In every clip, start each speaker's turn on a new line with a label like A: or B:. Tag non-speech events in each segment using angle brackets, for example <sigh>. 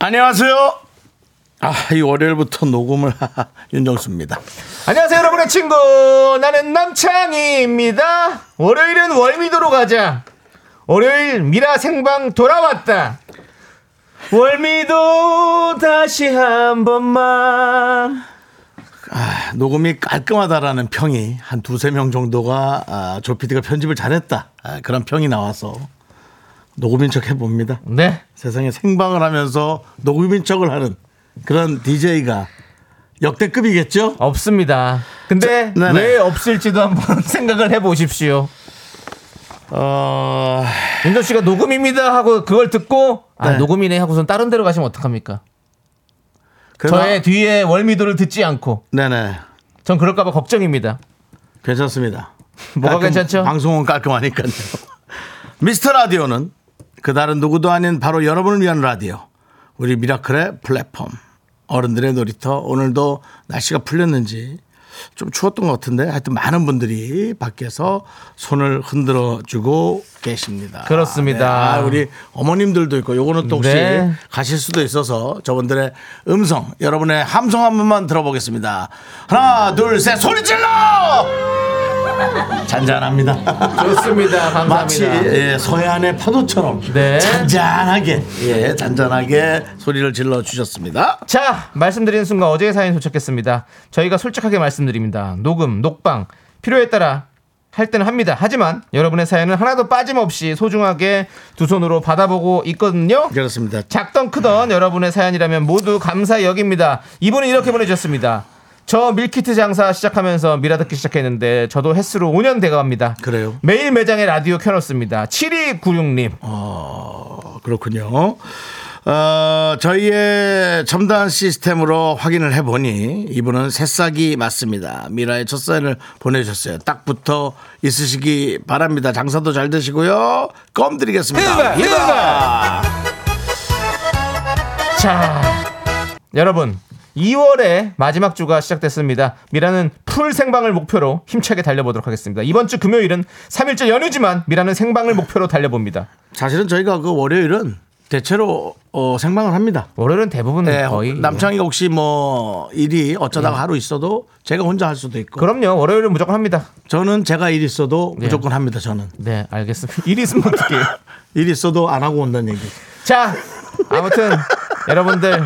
A: 안녕하세요. 아, 이 월요일부터 녹음을 <laughs> 윤정수입니다.
B: 안녕하세요 여러분의 친구 나는 남창희입니다 월요일은 월미도로 가자 월요일 미라 생방 돌아왔다 월미도 다시 한 번만
A: 아, 녹음이 깔끔하다라는 평이 한 두세 명 정도가 아, 조 PD가 편집을 잘했다. 아, 그런 평이 나와서 녹음인 척 해봅니다.
B: 네
A: 세상에 생방을 하면서 녹음인 척을 하는 그런 DJ가 역대급이겠죠?
B: 없습니다 근데
A: 자, 네네.
B: 왜 없을지도 한번 <laughs> 생각을 해보십시오
A: 어,
B: 윤정 씨가 녹음입니다 하고 그걸 듣고 아
A: 네.
B: 녹음이네 하고선 다른 데로 가시면 어떡합니까
A: 그러나-
B: 저의 뒤에 월미도를 듣지 않고
A: 네네.
B: 전 그럴까봐 걱정입니다
A: 괜찮습니다.
B: 뭐가 괜찮죠?
A: 방송은 깔끔하니까요. <laughs> 미스터 라디오는 그 다른 누구도 아닌 바로 여러분을 위한 라디오. 우리 미라클의 플랫폼. 어른들의 놀이터. 오늘도 날씨가 풀렸는지 좀 추웠던 것 같은데 하여튼 많은 분들이 밖에서 손을 흔들어 주고 계십니다.
B: 그렇습니다.
A: 네. 아, 우리 어머님들도 있고 요거는 또 혹시
B: 네.
A: 가실 수도 있어서 저분들의 음성, 여러분의 함성 한 번만 들어보겠습니다. 하나, 둘, 셋, 소리 질러! 잔잔합니다.
B: <laughs> 좋습니다 감사합니다
A: 마치 예, 서해안의 파도처럼
B: 네.
A: 잔잔하게, 예, 잔잔하게 소리를 질러 주셨습니다.
B: 자 말씀드리는 순간 어제의 사연이 도착했습니다 저희가 솔직하게 말씀드립니다 녹음 녹방 필요에 따라 할 때는 합니다 하지만 여러분의 사연은 하나도 빠짐없이 소중하게 두 손으로 받아보고 있거든요
A: 그렇습니다.
B: 작던 크던 여러분의 사연이라면 모두 감사히 여깁니다 이분은 이렇게 보내주셨습니다 저 밀키트 장사 시작하면서 미라 듣기 시작했는데 저도 횟수로 5년 돼가갑니다
A: 그래요?
B: 매일 매장에 라디오 켜놓습니다 7296님
A: 어, 그렇군요. 어, 저희의 첨단 시스템으로 확인을 해보니 이분은 새싹이 맞습니다. 미라의 첫 사연을 보내주셨어요. 딱 붙어 있으시기 바랍니다. 장사도 잘 되시고요. 껌 드리겠습니다.
B: 일발, 일발. 자, 여러분. 2월의 마지막 주가 시작됐습니다. 미라는 풀 생방을 목표로 힘차게 달려보도록 하겠습니다. 이번 주 금요일은 3일째 연휴지만 미라는 생방을 목표로 달려봅니다.
A: 사실은 저희가 그 월요일은 대체로 어, 생방을 합니다.
B: 월요일은 대부분
A: 네,
B: 거의 예.
A: 남창이가 혹시 뭐 일이 어쩌다가 하루 있어도 제가 혼자 할 수도 있고
B: 그럼요. 월요일은 무조건 합니다.
A: 저는 제가 일 있어도
B: 예.
A: 무조건 합니다. 저는
B: 네, 알겠습니다. <laughs> 일이 있으면 어떡해요.
A: 일 있어도 안 하고 온다는 얘기.
B: 자, 아무튼 여러분들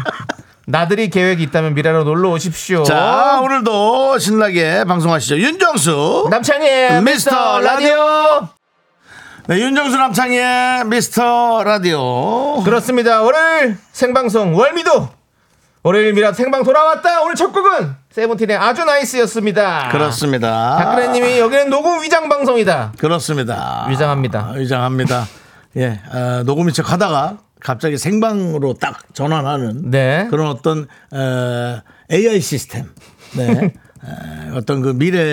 B: 나들이 계획이 있다면 미라로 놀러 오십시오.
A: 자 오늘도 신나게 방송하시죠 윤정수
B: 남창희의 미스터 라디오.
A: 네, 윤정수 남창희의 미스터 라디오
B: 그렇습니다. 월요일 생방송 월미도 월요일 미라 생방 돌아왔다. 오늘 첫 곡은 세븐틴의 아주 나이스였습니다.
A: 그렇습니다
B: 박근혜님이 여기는 녹음 위장 방송이다.
A: 그렇습니다
B: 위장합니다.
A: 아, 위장합니다 <laughs> 예 어, 녹음인 척 하다가 갑자기 생방으로 딱 전환하는
B: 네.
A: 그런 어떤 어, AI 시스템
B: <laughs>
A: 네 어, 어떤 그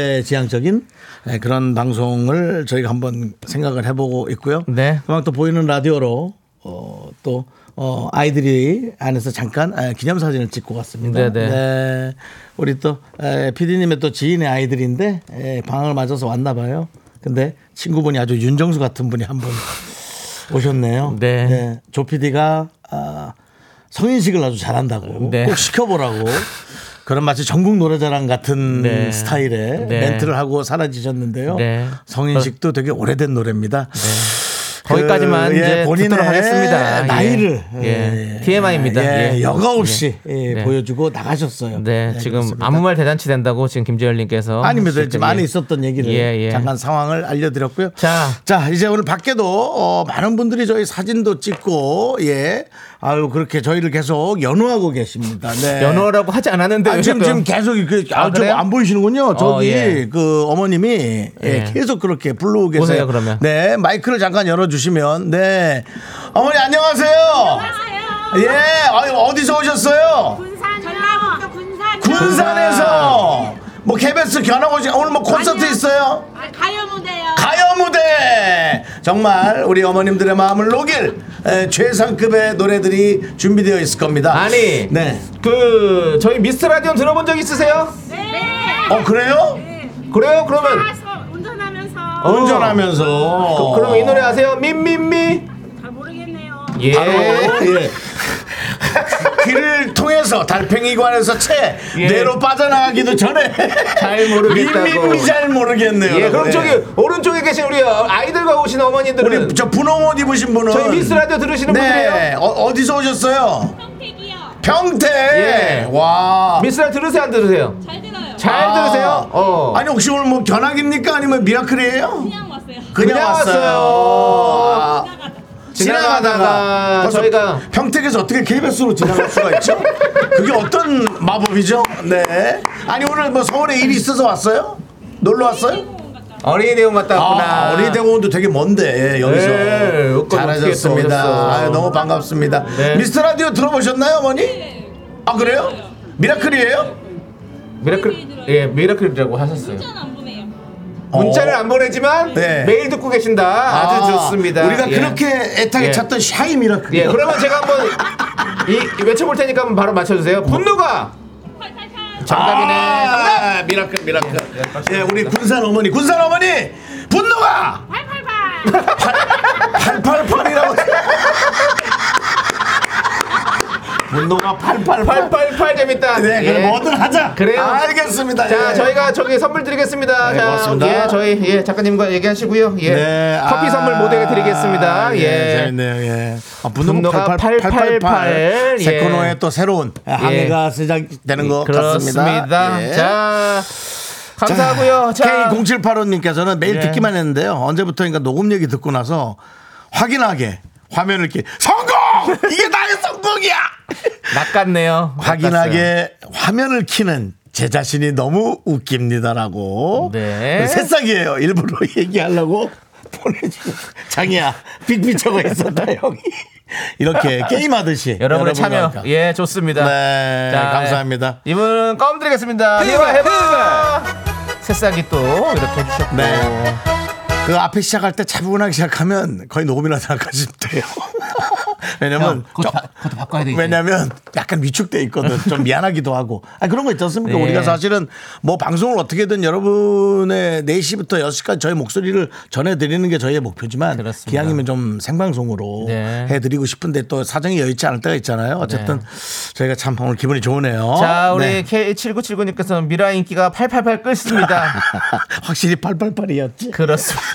A: 미래지향적인 예, 그런 방송을 저희가 한번 생각을 해보고 있고요.
B: 네.
A: 그만큼 또 보이는 라디오로 어, 또 어, 아이들이 안에서 잠깐 아, 기념사진을 찍고 갔습니다.
B: 네, 네.
A: 네, 우리 또 에, PD님의 또 지인의 아이들인데 에, 방을 맞아서 왔나 봐요. 근데 친구분이 아주 윤정수 같은 분이 한 분 오셨네요.
B: 네.
A: 조 PD가 아, 성인식을 아주 잘한다고
B: 네.
A: 꼭 시켜보라고 그런 마치 전국 노래자랑 같은
B: 네.
A: 스타일의
B: 네.
A: 멘트를 하고 사라지셨는데요.
B: 네.
A: 성인식도 되게 오래된 노래입니다.
B: 거기까지만
A: 그,
B: 이제 듣도록 하겠습니다. 예.
A: 나이를
B: 예. TMI입니다.
A: 예,
B: 예.
A: 여과 없이
B: 예.
A: 예,
B: 네.
A: 보여주고 나가셨어요.
B: 네, 지금
A: 그렇습니다.
B: 아무 말 대잔치 된다고 지금 김재열님께서
A: 아닙니다.
B: 실제,
A: 지금 안에
B: 예.
A: 있었던 얘기를
B: 예, 예.
A: 잠깐 상황을 알려드렸고요.
B: 자.
A: 이제 오늘 밖에도 어, 많은 분들이 저희 사진도 찍고 예, 아유 그렇게 저희를 계속 연호하고 계십니다. 네.
B: 연어라고 하지 않았는데
A: 아,
B: 왜
A: 지금
B: 자꾸-
A: 지금 계속 이렇게
B: 아,
A: 아,
B: 그래요?
A: 좀안 보이시는군요. 저기
B: 예.
A: 그 어머님이 예,
B: 예.
A: 계속 그렇게 부르고 계세요.
B: 보세요, 그러면.
A: 네 마이크를 잠깐 열어주시면 네 어머니 안녕하세요. 예, 아유, 어디서 오셨어요?
C: 군산 전라북도 군산
A: 군산에서. 뭐, KBS 견학 오신, 오늘 뭐 콘서트
C: 아니요.
A: 있어요?
C: 아, 가요 무대요.
A: 가요 무대 정말 우리 어머님들의 마음을 녹일 에, 최상급의 노래들이 준비되어 있을 겁니다.
B: 아니.
A: 네.
B: 그 저희 미스터 라디오 들어본 적 있으세요?
C: 네.
A: 어 그래요?
B: 그래요? 그러면
C: 가서 운전하면서
B: 어.
A: 운전하면서.
B: 그럼 이 노래 아세요? 민민미.
C: 잘 모르겠네요.
B: 예.
A: 바로 예. 귀를 통해서 달팽이관에서 채
B: 예.
A: 뇌로 빠져나가기도 전에
B: 잘 모르겠다고.
A: 민민이 잘 모르겠네요.
B: 예, 그럼
A: 예.
B: 저기 오른쪽에 계신 우리 아이들과 오신 어머니들은
A: 우리 저 분홍 옷 입으신 분은
B: 저희 미스 라디오 들으시는
A: 네
B: 분들이에요.
A: 어, 어디서 오셨어요?
C: 평택이요.
A: 평택.
B: 예.
A: 와.
B: 미스 라디오 들으세요 안 들으세요?
C: 잘 들어요.
B: 잘
A: 아.
B: 들으세요? 어.
A: 아니 혹시 오늘 뭐 견학입니까 아니면 미라클이에요?
C: 그냥 왔어요.
A: 그냥,
B: 그냥
A: 왔어요.
B: 왔어요.
A: 아,
B: 지나가다가
A: 벌써
B: 저희가-
A: 평택에서 어떻게 KBS로 지나갈 수가
B: <laughs>
A: 있죠? 그게 어떤 마법이죠? 네. 아니 오늘 뭐 서울에 일이 있어서 왔어요? 놀러 왔어요?
C: 태국 갔다.
B: 어린이 대원 갔다 왔구나.
A: 아, 어린이대공원도 되게 먼데 예, 여기서
B: 네, 여기까지 어떻게 또 오셨어.
A: 잘하셨습니다. 아유, 너무 반갑습니다.
B: 네.
A: 미스터 라디오 들어보셨나요, 어머니?
C: 네.
A: 아 그래요? 미라클이에요?
B: 미라클 예 미라클이라고 하셨어요.
C: 운전 안 보내요.
B: 문자를
A: 어.
B: 안 보내지만
A: 네.
B: 매일 듣고 계신다. 아주 좋습니다.
A: 우리가
B: 예.
A: 그렇게 애타게
B: 예.
A: 찾던 샤이 미라클.
B: 예 그러면 제가 한번 이, 이 외쳐볼 테니까 한번 바로 맞춰주세요. 분노가
C: 탈탈탈.
B: 정답이네.
A: 아, 미라클 미라클. 예, 우리 군산 어머니, 군산 어머니 분노가
C: <laughs> 팔팔팔.
A: 888이라고. <laughs> 분노가 888.
B: 888 재밌다.
A: 뭐? 네,
B: 예.
A: 그럼 뭐든 하자.
B: 그래요.
A: 알겠습니다.
B: 자
A: 예.
B: 저희가 저기 선물 드리겠습니다.
A: 네,
B: 자,
A: 고맙습니다.
B: 예, 저희 예 작가님과 얘기하시고요. 예
A: 네,
B: 커피
A: 아,
B: 선물 모델 드리겠습니다.
A: 예,
B: 예.
A: 재밌네요. 예. 아, 분노가
B: 분노가
A: 888.
B: 888,
A: 새
B: 예.
A: 코너에 또 새로운 항해가 시작되는 것
B: 그렇습니다.
A: 같습니다. 예.
B: 자 감사하고요. 자
A: K0785님께서는 매일
B: 예.
A: 듣기만 했는데요. 언제부터인가 녹음 얘기 듣고 나서 확인하게 화면을 이렇게 성공! 이게 나의
B: <laughs>
A: 성공이야!
B: 낚았네요. 낚았어요.
A: 확인하게 화면을 키는 제 자신이 너무 웃깁니다라고.
B: 네.
A: 새싹이에요. 일부러 <laughs> 얘기하려고 보내주고. 장이야, 빅피처가
B: <laughs>
A: 있었다, 형이. 이렇게 게임하듯이.
B: 여러분의 참여
A: 여러분과 함께.
B: 예 좋습니다. 예.
A: 네, 감사합니다.
B: 이분 껌 드리겠습니다. 해봐 해봐. 새싹이 또 이렇게 해주셨고.
A: 네. 그 앞에 시작할 때 차분하게 시작하면 거의 녹음이나 생각하시면
B: <laughs>
A: 돼요. 왜냐면 좀-
B: 그것도 바꿔야 돼.
A: 왜냐면 약간 위축돼 있거든. 좀 미안하기도 하고. 아 그런 거 있지 않습니까?
B: 네.
A: 우리가 사실은 뭐 방송을 어떻게든 여러분의 4시부터 6시까지 저희 목소리를 전해드리는 게 저희의 목표지만
B: 그렇습니다.
A: 기왕이면 좀 생방송으로
B: 네.
A: 해드리고 싶은데 또 사정이 여의치 않을 때가 있잖아요. 어쨌든 저희가 참 오늘 기분이 좋으네요.
B: 네. 자 우리
A: 네. <laughs>
B: K7979님께서는 미라 인기가 888 끓습니다.
A: <laughs> 확실히 888이었지.
B: 그렇습니다.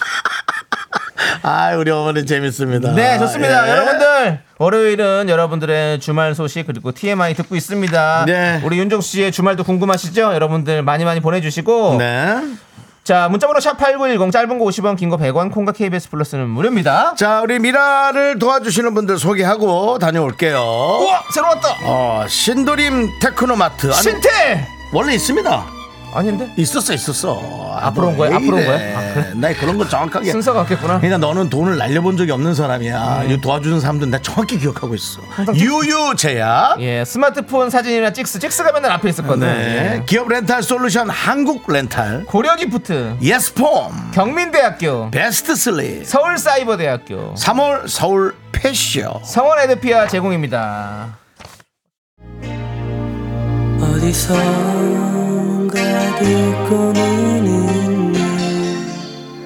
A: 아 우리 어머니 재밌습니다.
B: 네, 좋습니다.
A: 예.
B: 여러분들 월요일은 여러분들의 주말 소식 그리고 TMI 듣고 있습니다.
A: 네.
B: 우리 윤정수 씨의 주말도 궁금하시죠? 여러분들 많이 많이 보내주시고
A: 네.
B: 자 문자번호 샵 #8910 짧은 거 50원, 긴 거 100원, 콩과 KBS 플러스는 무료입니다.
A: 자, 우리 미라를 도와주시는 분들 소개하고 다녀올게요.
B: 우와 새로 왔다.
A: 어, 신도림 테크노마트. 아니,
B: 신태
A: 원래 있습니다.
B: 아닌데
A: 있었어, 있었어. 아,
B: 앞으로 온
A: 뭐
B: 거야?
A: 왜
B: 앞으로 온
A: 이래.
B: 거야? 아, 그래?
A: 나 네, 그런 거 정확하게.
B: 순서가 음. 없겠구나.
A: 그러니까 너는 돈을 날려본 적이 없는 사람이야. 이거 도와주는 사람들은 나 정확히 기억하고 있어. 유유제야.
B: 예 스마트폰 사진이나 찍스 찍스가 맨날 앞에 있었거든.
A: 네.
B: 예.
A: 기업 렌탈 솔루션 한국 렌탈.
B: 고려기프트
A: 예스폼.
B: 경민대학교
A: 베스트 슬립.
B: 서울사이버대학교
A: 3월 서울 패션.
B: 성원 에드피아 제공입니다.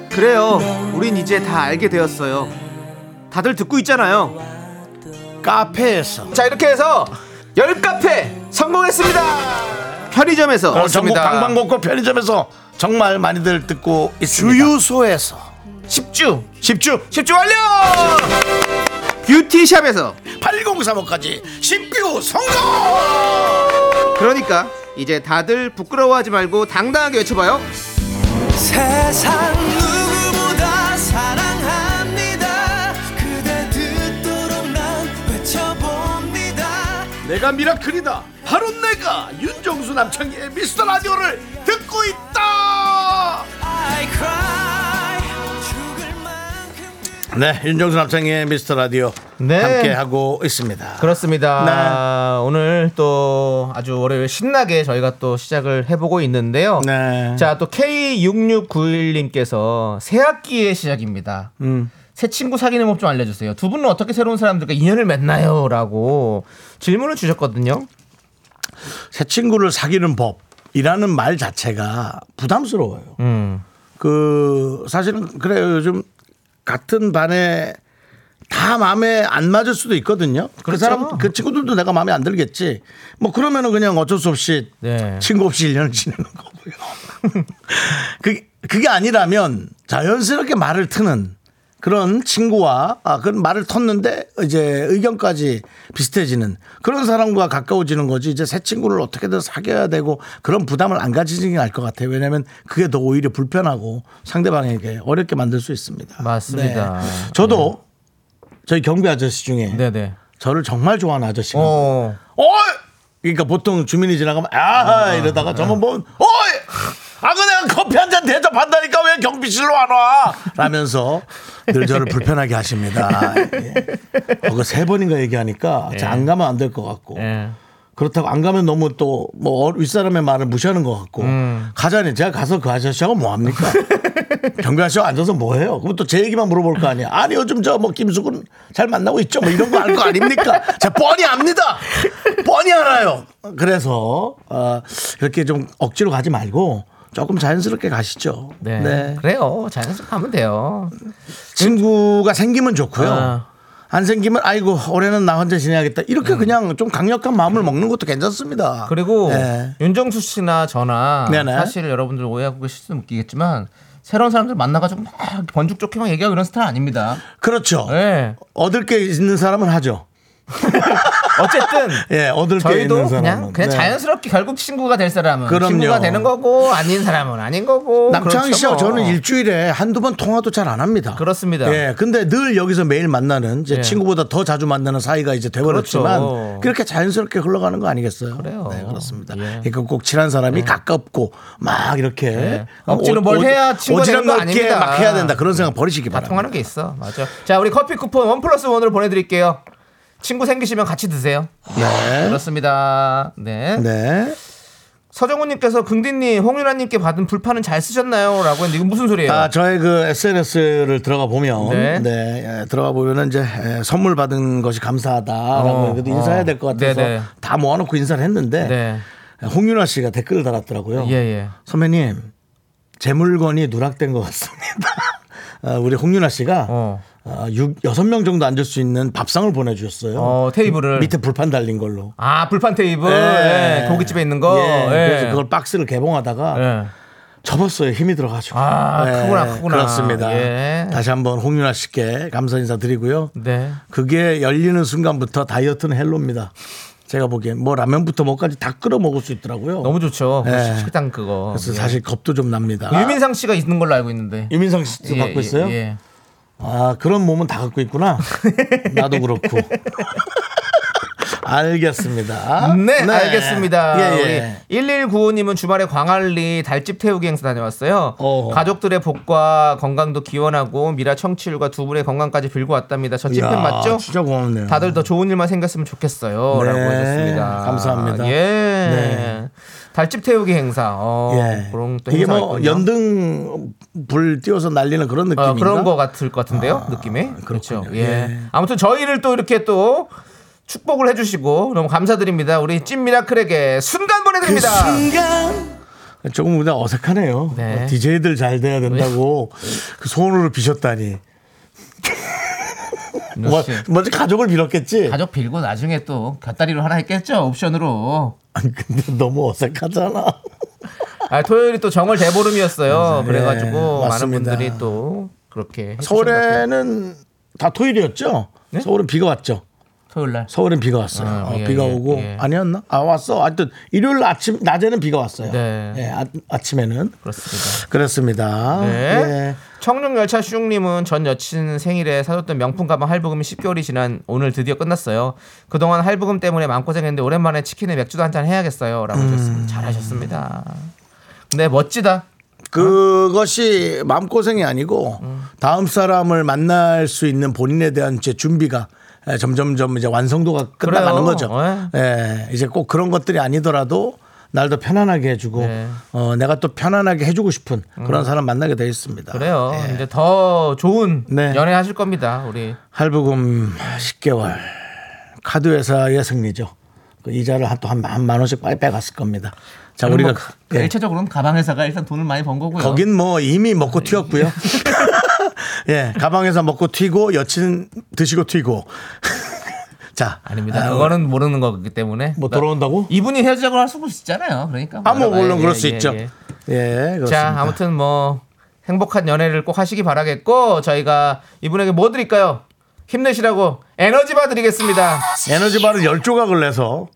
B: 그래요. 우린 이제 다 알게 되었어요. 다들 듣고 있잖아요.
A: 카페에서.
B: 자, 이렇게 해서 열 카페 성공했습니다. 편의점에서
A: 어, 전국 방방곡곡 편의점에서 정말 많이들 듣고 있습니다. 주유소에서
B: 10주.
A: 10주
B: 10주 완료! 뷰티샵에서
A: 8035까지 10뷰 성공!
B: 그러니까 이제 다들 부끄러워하지 말고 당당하게 외쳐봐요.
D: 세상 누구보다 사랑합니다 그대 듣도록 난 외쳐봅니다
A: 내가 미라클이다. 바로 내가 윤정수 남창희의 미스터 라디오를 듣고 있다.
D: I cry 죽을 만큼
A: 네, 윤정수 남창의 미스터 라디오
E: 네.
A: 함께 하고 있습니다. 네.
E: 그렇습니다. 오늘 또 아주 월요일 신나게 저희가 또 시작을 해보고 있는데요.
A: 네.
E: 자, 또 K6691님께서 새 학기의 시작입니다.
A: 음.
E: 새 친구 사귀는 법 좀 알려주세요. 두 분은 어떻게 새로운 사람들과 인연을 맺나요? 라고 질문을 주셨거든요.
A: 새 친구를 사귀는 법이라는 말 자체가 부담스러워요.
E: 음.
A: 그 사실은 그래요. 요즘 같은 반에 다 마음에 안 맞을 수도 있거든요. 그
E: 그렇죠.
A: 사람 그 친구들도 내가 마음에 안 들겠지. 뭐 그러면은 그냥 어쩔 수 없이
E: 네.
A: 친구 없이 1년을 지내는 거고요. 그게 그게 아니라면 자연스럽게 말을 트는 그런 친구와 아 그런 말을 텄는데 이제 의견까지 비슷해지는 그런 사람과 가까워지는 거지 이제 새 친구를 어떻게든 사귀어야 되고 그런 부담을 안 가지는 게 나을 것 같아요 왜냐하면 그게 더 오히려 불편하고 상대방에게 어렵게 만들 수 있습니다 네.
E: 맞습니다. 네.
A: 저도 저희 경비 아저씨 중에
E: 네네.
A: 저를 정말 좋아하는 아저씨가
E: 어.
A: 어이! 그러니까 보통 주민이 지나가면 아 이러다가 저만 보면 어이! 아그 내가 커피 한 잔 대접한다니까 왜 경비실로 안 와? 라면서 늘 <laughs> 저를 불편하게 하십니다. 예. 어, 그세 번인가 얘기하니까 진짜 안 가면 안 될 것 같고
E: 예.
A: 그렇다고 안 가면 너무 또 뭐 윗사람의 말을 무시하는 것 같고
E: 음.
A: 가자니 제가 가서 그 아저씨하고 뭐
E: <laughs>
A: 합니까? 경비 아저씨 앉아서 뭐 해요? 그럼 또 제 얘기만 물어볼 거 아니야? 아니 요즘 저 뭐 김숙은 잘 만나고 있죠? 뭐 이런 거 알 거
E: <laughs>
A: 아닙니까? 제가 뻔히 압니다. 뻔히 알아요. 그래서 어, 그렇게 좀 억지로 가지 말고 조금 자연스럽게 가시죠.
E: 네. 그래요. 자연스럽게 하면 돼요.
A: 친구가 생기면 좋고요.
E: 아.
A: 안 생기면 아이고 올해는 나 혼자 지내야겠다. 이렇게 그냥 좀 강력한 마음을 먹는 것도 괜찮습니다.
E: 음. 그리고
A: 네.
E: 윤정수 씨나 저나
A: 네네.
E: 사실 여러분들 오해하고 계실 수도 있겠지만 새로운 사람들 만나가지고 막 번죽 좋게 막 얘기하고 이런 스타일 아닙니다.
A: 그렇죠.
E: 예.
A: 얻을 게 있는 사람은 하죠.
E: 어쨌든
A: 예, 얻을 게 있는
E: 저희도
A: 사람은.
E: 그냥 그냥
A: 네.
E: 자연스럽게 결국 친구가 될 사람은
A: 그럼요.
E: 친구가 되는 거고 아닌 사람은 아닌 거고
A: 남창희
E: 그렇죠
A: 씨하고
E: 뭐.
A: 저는 일주일에 한두 번 통화도 잘 안 합니다.
E: 그렇습니다.
A: 예. 근데 늘 여기서 매일 만나는 이제
E: 예.
A: 친구보다 더 자주 만나는 사이가 이제 돼버렸지만
E: 그렇죠.
A: 그렇게 자연스럽게 흘러가는 거 아니겠어요?
E: 그래요.
A: 네, 그렇습니다.
E: 예.
A: 그러니까 꼭 친한 사람이 가깝고 막 이렇게
E: 예.
A: 어,
E: 억지로
A: 오-
E: 뭘
A: 오-
E: 해야 친구가 되는
A: 오지랖
E: 거
A: 넓게
E: 아닙니다. 예.
A: 막 해야 된다. 그런 생각 버리시기
E: 다
A: 바랍니다.
E: 통하는 게 있어. 맞아. 자, 우리 커피 쿠폰 원 플러스 원으로 보내드릴게요. 친구 생기시면 같이 드세요.
A: 네.
E: 그렇습니다. 네.
A: 네.
E: 서정훈님께서 긍디님, 홍윤아님께 받은 불판은 잘 쓰셨나요?라고 했는데 이건 무슨 소리예요?
A: 아, 저의 그 SNS를 들어가 보면,
E: 네.
A: 네, 예, 들어가 보면은 이제 예, 선물 받은 것이 감사하다라고
E: 어,
A: 그래도
E: 어.
A: 인사해야 될 것 같아서
E: 네네.
A: 다 모아놓고 인사를 했는데
E: 네.
A: 홍윤아 씨가 댓글을 달았더라고요.
E: 예, 예.
A: 선배님, 제 물건이 누락된 것 같습니다. <laughs> 어, 우리 홍윤아 씨가
E: 어.
A: 어, 육 여섯 명 정도 앉을 수 있는 밥상을 보내주셨어요.
E: 어, 테이블을.
A: 밑에 불판 달린 걸로.
E: 아, 불판 테이블.
A: 예.
E: 예, 고깃집에 있는 거.
A: 예, 그래서
E: 예.
A: 그걸 박스를 개봉하다가
E: 예.
A: 접었어요. 힘이 들어가지고. 네,
E: 아, 크구나, 크구나.
A: 그렇습니다.
E: 예.
A: 다시 한번 홍윤아 씨께 감사 인사 드리고요.
E: 네.
A: 그게 열리는 순간부터 다이어트는 헬로입니다. 제가 보기엔 뭐 라면부터 뭐까지 다 끓여 먹을 수 있더라고요.
E: 너무 좋죠. 그
A: 예.
E: 식당 그거.
A: 그래서
E: 예.
A: 사실 겁도 좀 납니다.
E: 유민상 씨가 있는 걸로 알고 아. 있는데.
A: 유민상 씨도
E: 예,
A: 갖고 있어요?
E: 예, 예.
A: 아 그런 몸은 다 갖고
E: <laughs>
A: 있구나. 나도 그렇고. 알겠습니다.
E: 네, 알겠습니다.
A: 아? 예, 예.
E: 우리 1195님은 주말에 광안리 달집 태우기 행사 다녀왔어요.
A: 어허.
E: 가족들의 복과 건강도 기원하고 미라 청취율과 두 분의 건강까지 빌고 왔답니다. 저 찐팬
A: 이야,
E: 맞죠?
A: 진짜 고맙네요.
E: 다들 더 좋은 일만 생겼으면 좋겠어요.
A: 네,
E: 라고 해줬습니다.
A: 감사합니다.
E: 예.
A: 네.
E: 달집 태우기 행사. 어, 그런 또
A: 이게
E: 행사가
A: 뭐
E: 있군요.
A: 연등 불 띄워서 날리는 그런 느낌인가? 아,
E: 어, 그런 거 같을 것 같은데요, 느낌이. 그렇죠.
A: 그렇군요.
E: 예.
A: 예.
E: 아무튼 저희를 또 이렇게 또 축복을 해주시고 너무 감사드립니다. 우리 찐 미라클에게 그 순간 보내드립니다.
A: 조금 그냥 어색하네요.
E: 네.
A: DJ들 잘 돼야 된다고 그 소원으로
E: <laughs>
A: 비셨다니. 뭐,
E: 역시.
A: 먼저 가족을 빌었겠지.
E: 가족 빌고 나중에 또 곁다리로 하나 했겠죠 옵션으로.
A: <laughs> 아니, 근데 너무
E: <laughs>
A: 어색하잖아.
E: 아 토요일이 또 정월 대보름이었어요. 그래가지고 많은
A: 맞습니다.
E: 분들이 또 그렇게 해주신 것 같아요.
A: 서울에는 다 토요일이었죠. 서울은 비가 왔죠.
E: 토요일 날.
A: 서울은 비가 왔어요.
E: 네? 아,
A: 어,
E: 예,
A: 비가
E: 예,
A: 오고
E: 예.
A: 아니었나? 아 왔어. 하여튼 일요일 아침 낮에는 비가 왔어요.
E: 네.
A: 예, 아, 아침에는
E: 그렇습니다.
A: 그렇습니다.
E: 네.
A: 예.
E: 청룡열차 슈용님은 전 여친 생일에 사줬던 명품 가방 할부금이 10개월이 지난 오늘 드디어 끝났어요. 그동안 할부금 때문에 마음고생했는데 오랜만에 치킨에 맥주도 한잔 해야겠어요.
A: 음.
E: 라고 하셨습니다. 잘하셨습니다. 네, 멋지다.
A: 그것이 마음고생이 아니고 다음 사람을 만날 수 있는 본인에 대한 이제 준비가 에, 점점점 이제 완성도가 끝나가는
E: 그래요.
A: 거죠. 예, 이제 꼭 그런 것들이 아니더라도 날 더 편안하게 해주고
E: 네. 음.
A: 어, 내가 또 편안하게 해주고 싶은 그런 사람 만나게 돼 있습니다.
E: 그래요.
A: 예.
E: 이제 더 좋은
A: 네.
E: 연애 하실 겁니다. 우리
A: 할부금 10개월 카드 회사의 승리죠. 그 이자를 한또한만 만 원씩 빨리 빼갔을 겁니다. 자 우리가
E: 뭐
A: 예.
E: 일체적으로는 가방 회사가 일단 돈을 많이 번 거고요. 아,
A: 거긴 뭐 이미 먹고
E: <laughs>
A: 튀었고요. 예, 가방에서 먹고 튀고 여친 드시고 튀고. <laughs> 자,
E: 아닙니다.
A: 아,
E: 그거는 모르는 거기 때문에
A: 뭐 돌아온다고?
E: 이분이 헤어지자고 할 수도 있잖아요. 그러니까
A: 아, 뭐 물론
E: 예,
A: 그럴 수
E: 예,
A: 있죠.
E: 예.
A: 예, 그렇습니다.
E: 자, 아무튼 뭐 행복한 연애를 꼭 하시기 바라겠고 저희가 이분에게 뭐 드릴까요? 힘내시라고 에너지 바 드리겠습니다.
A: 에너지 바를 열 조각을 내서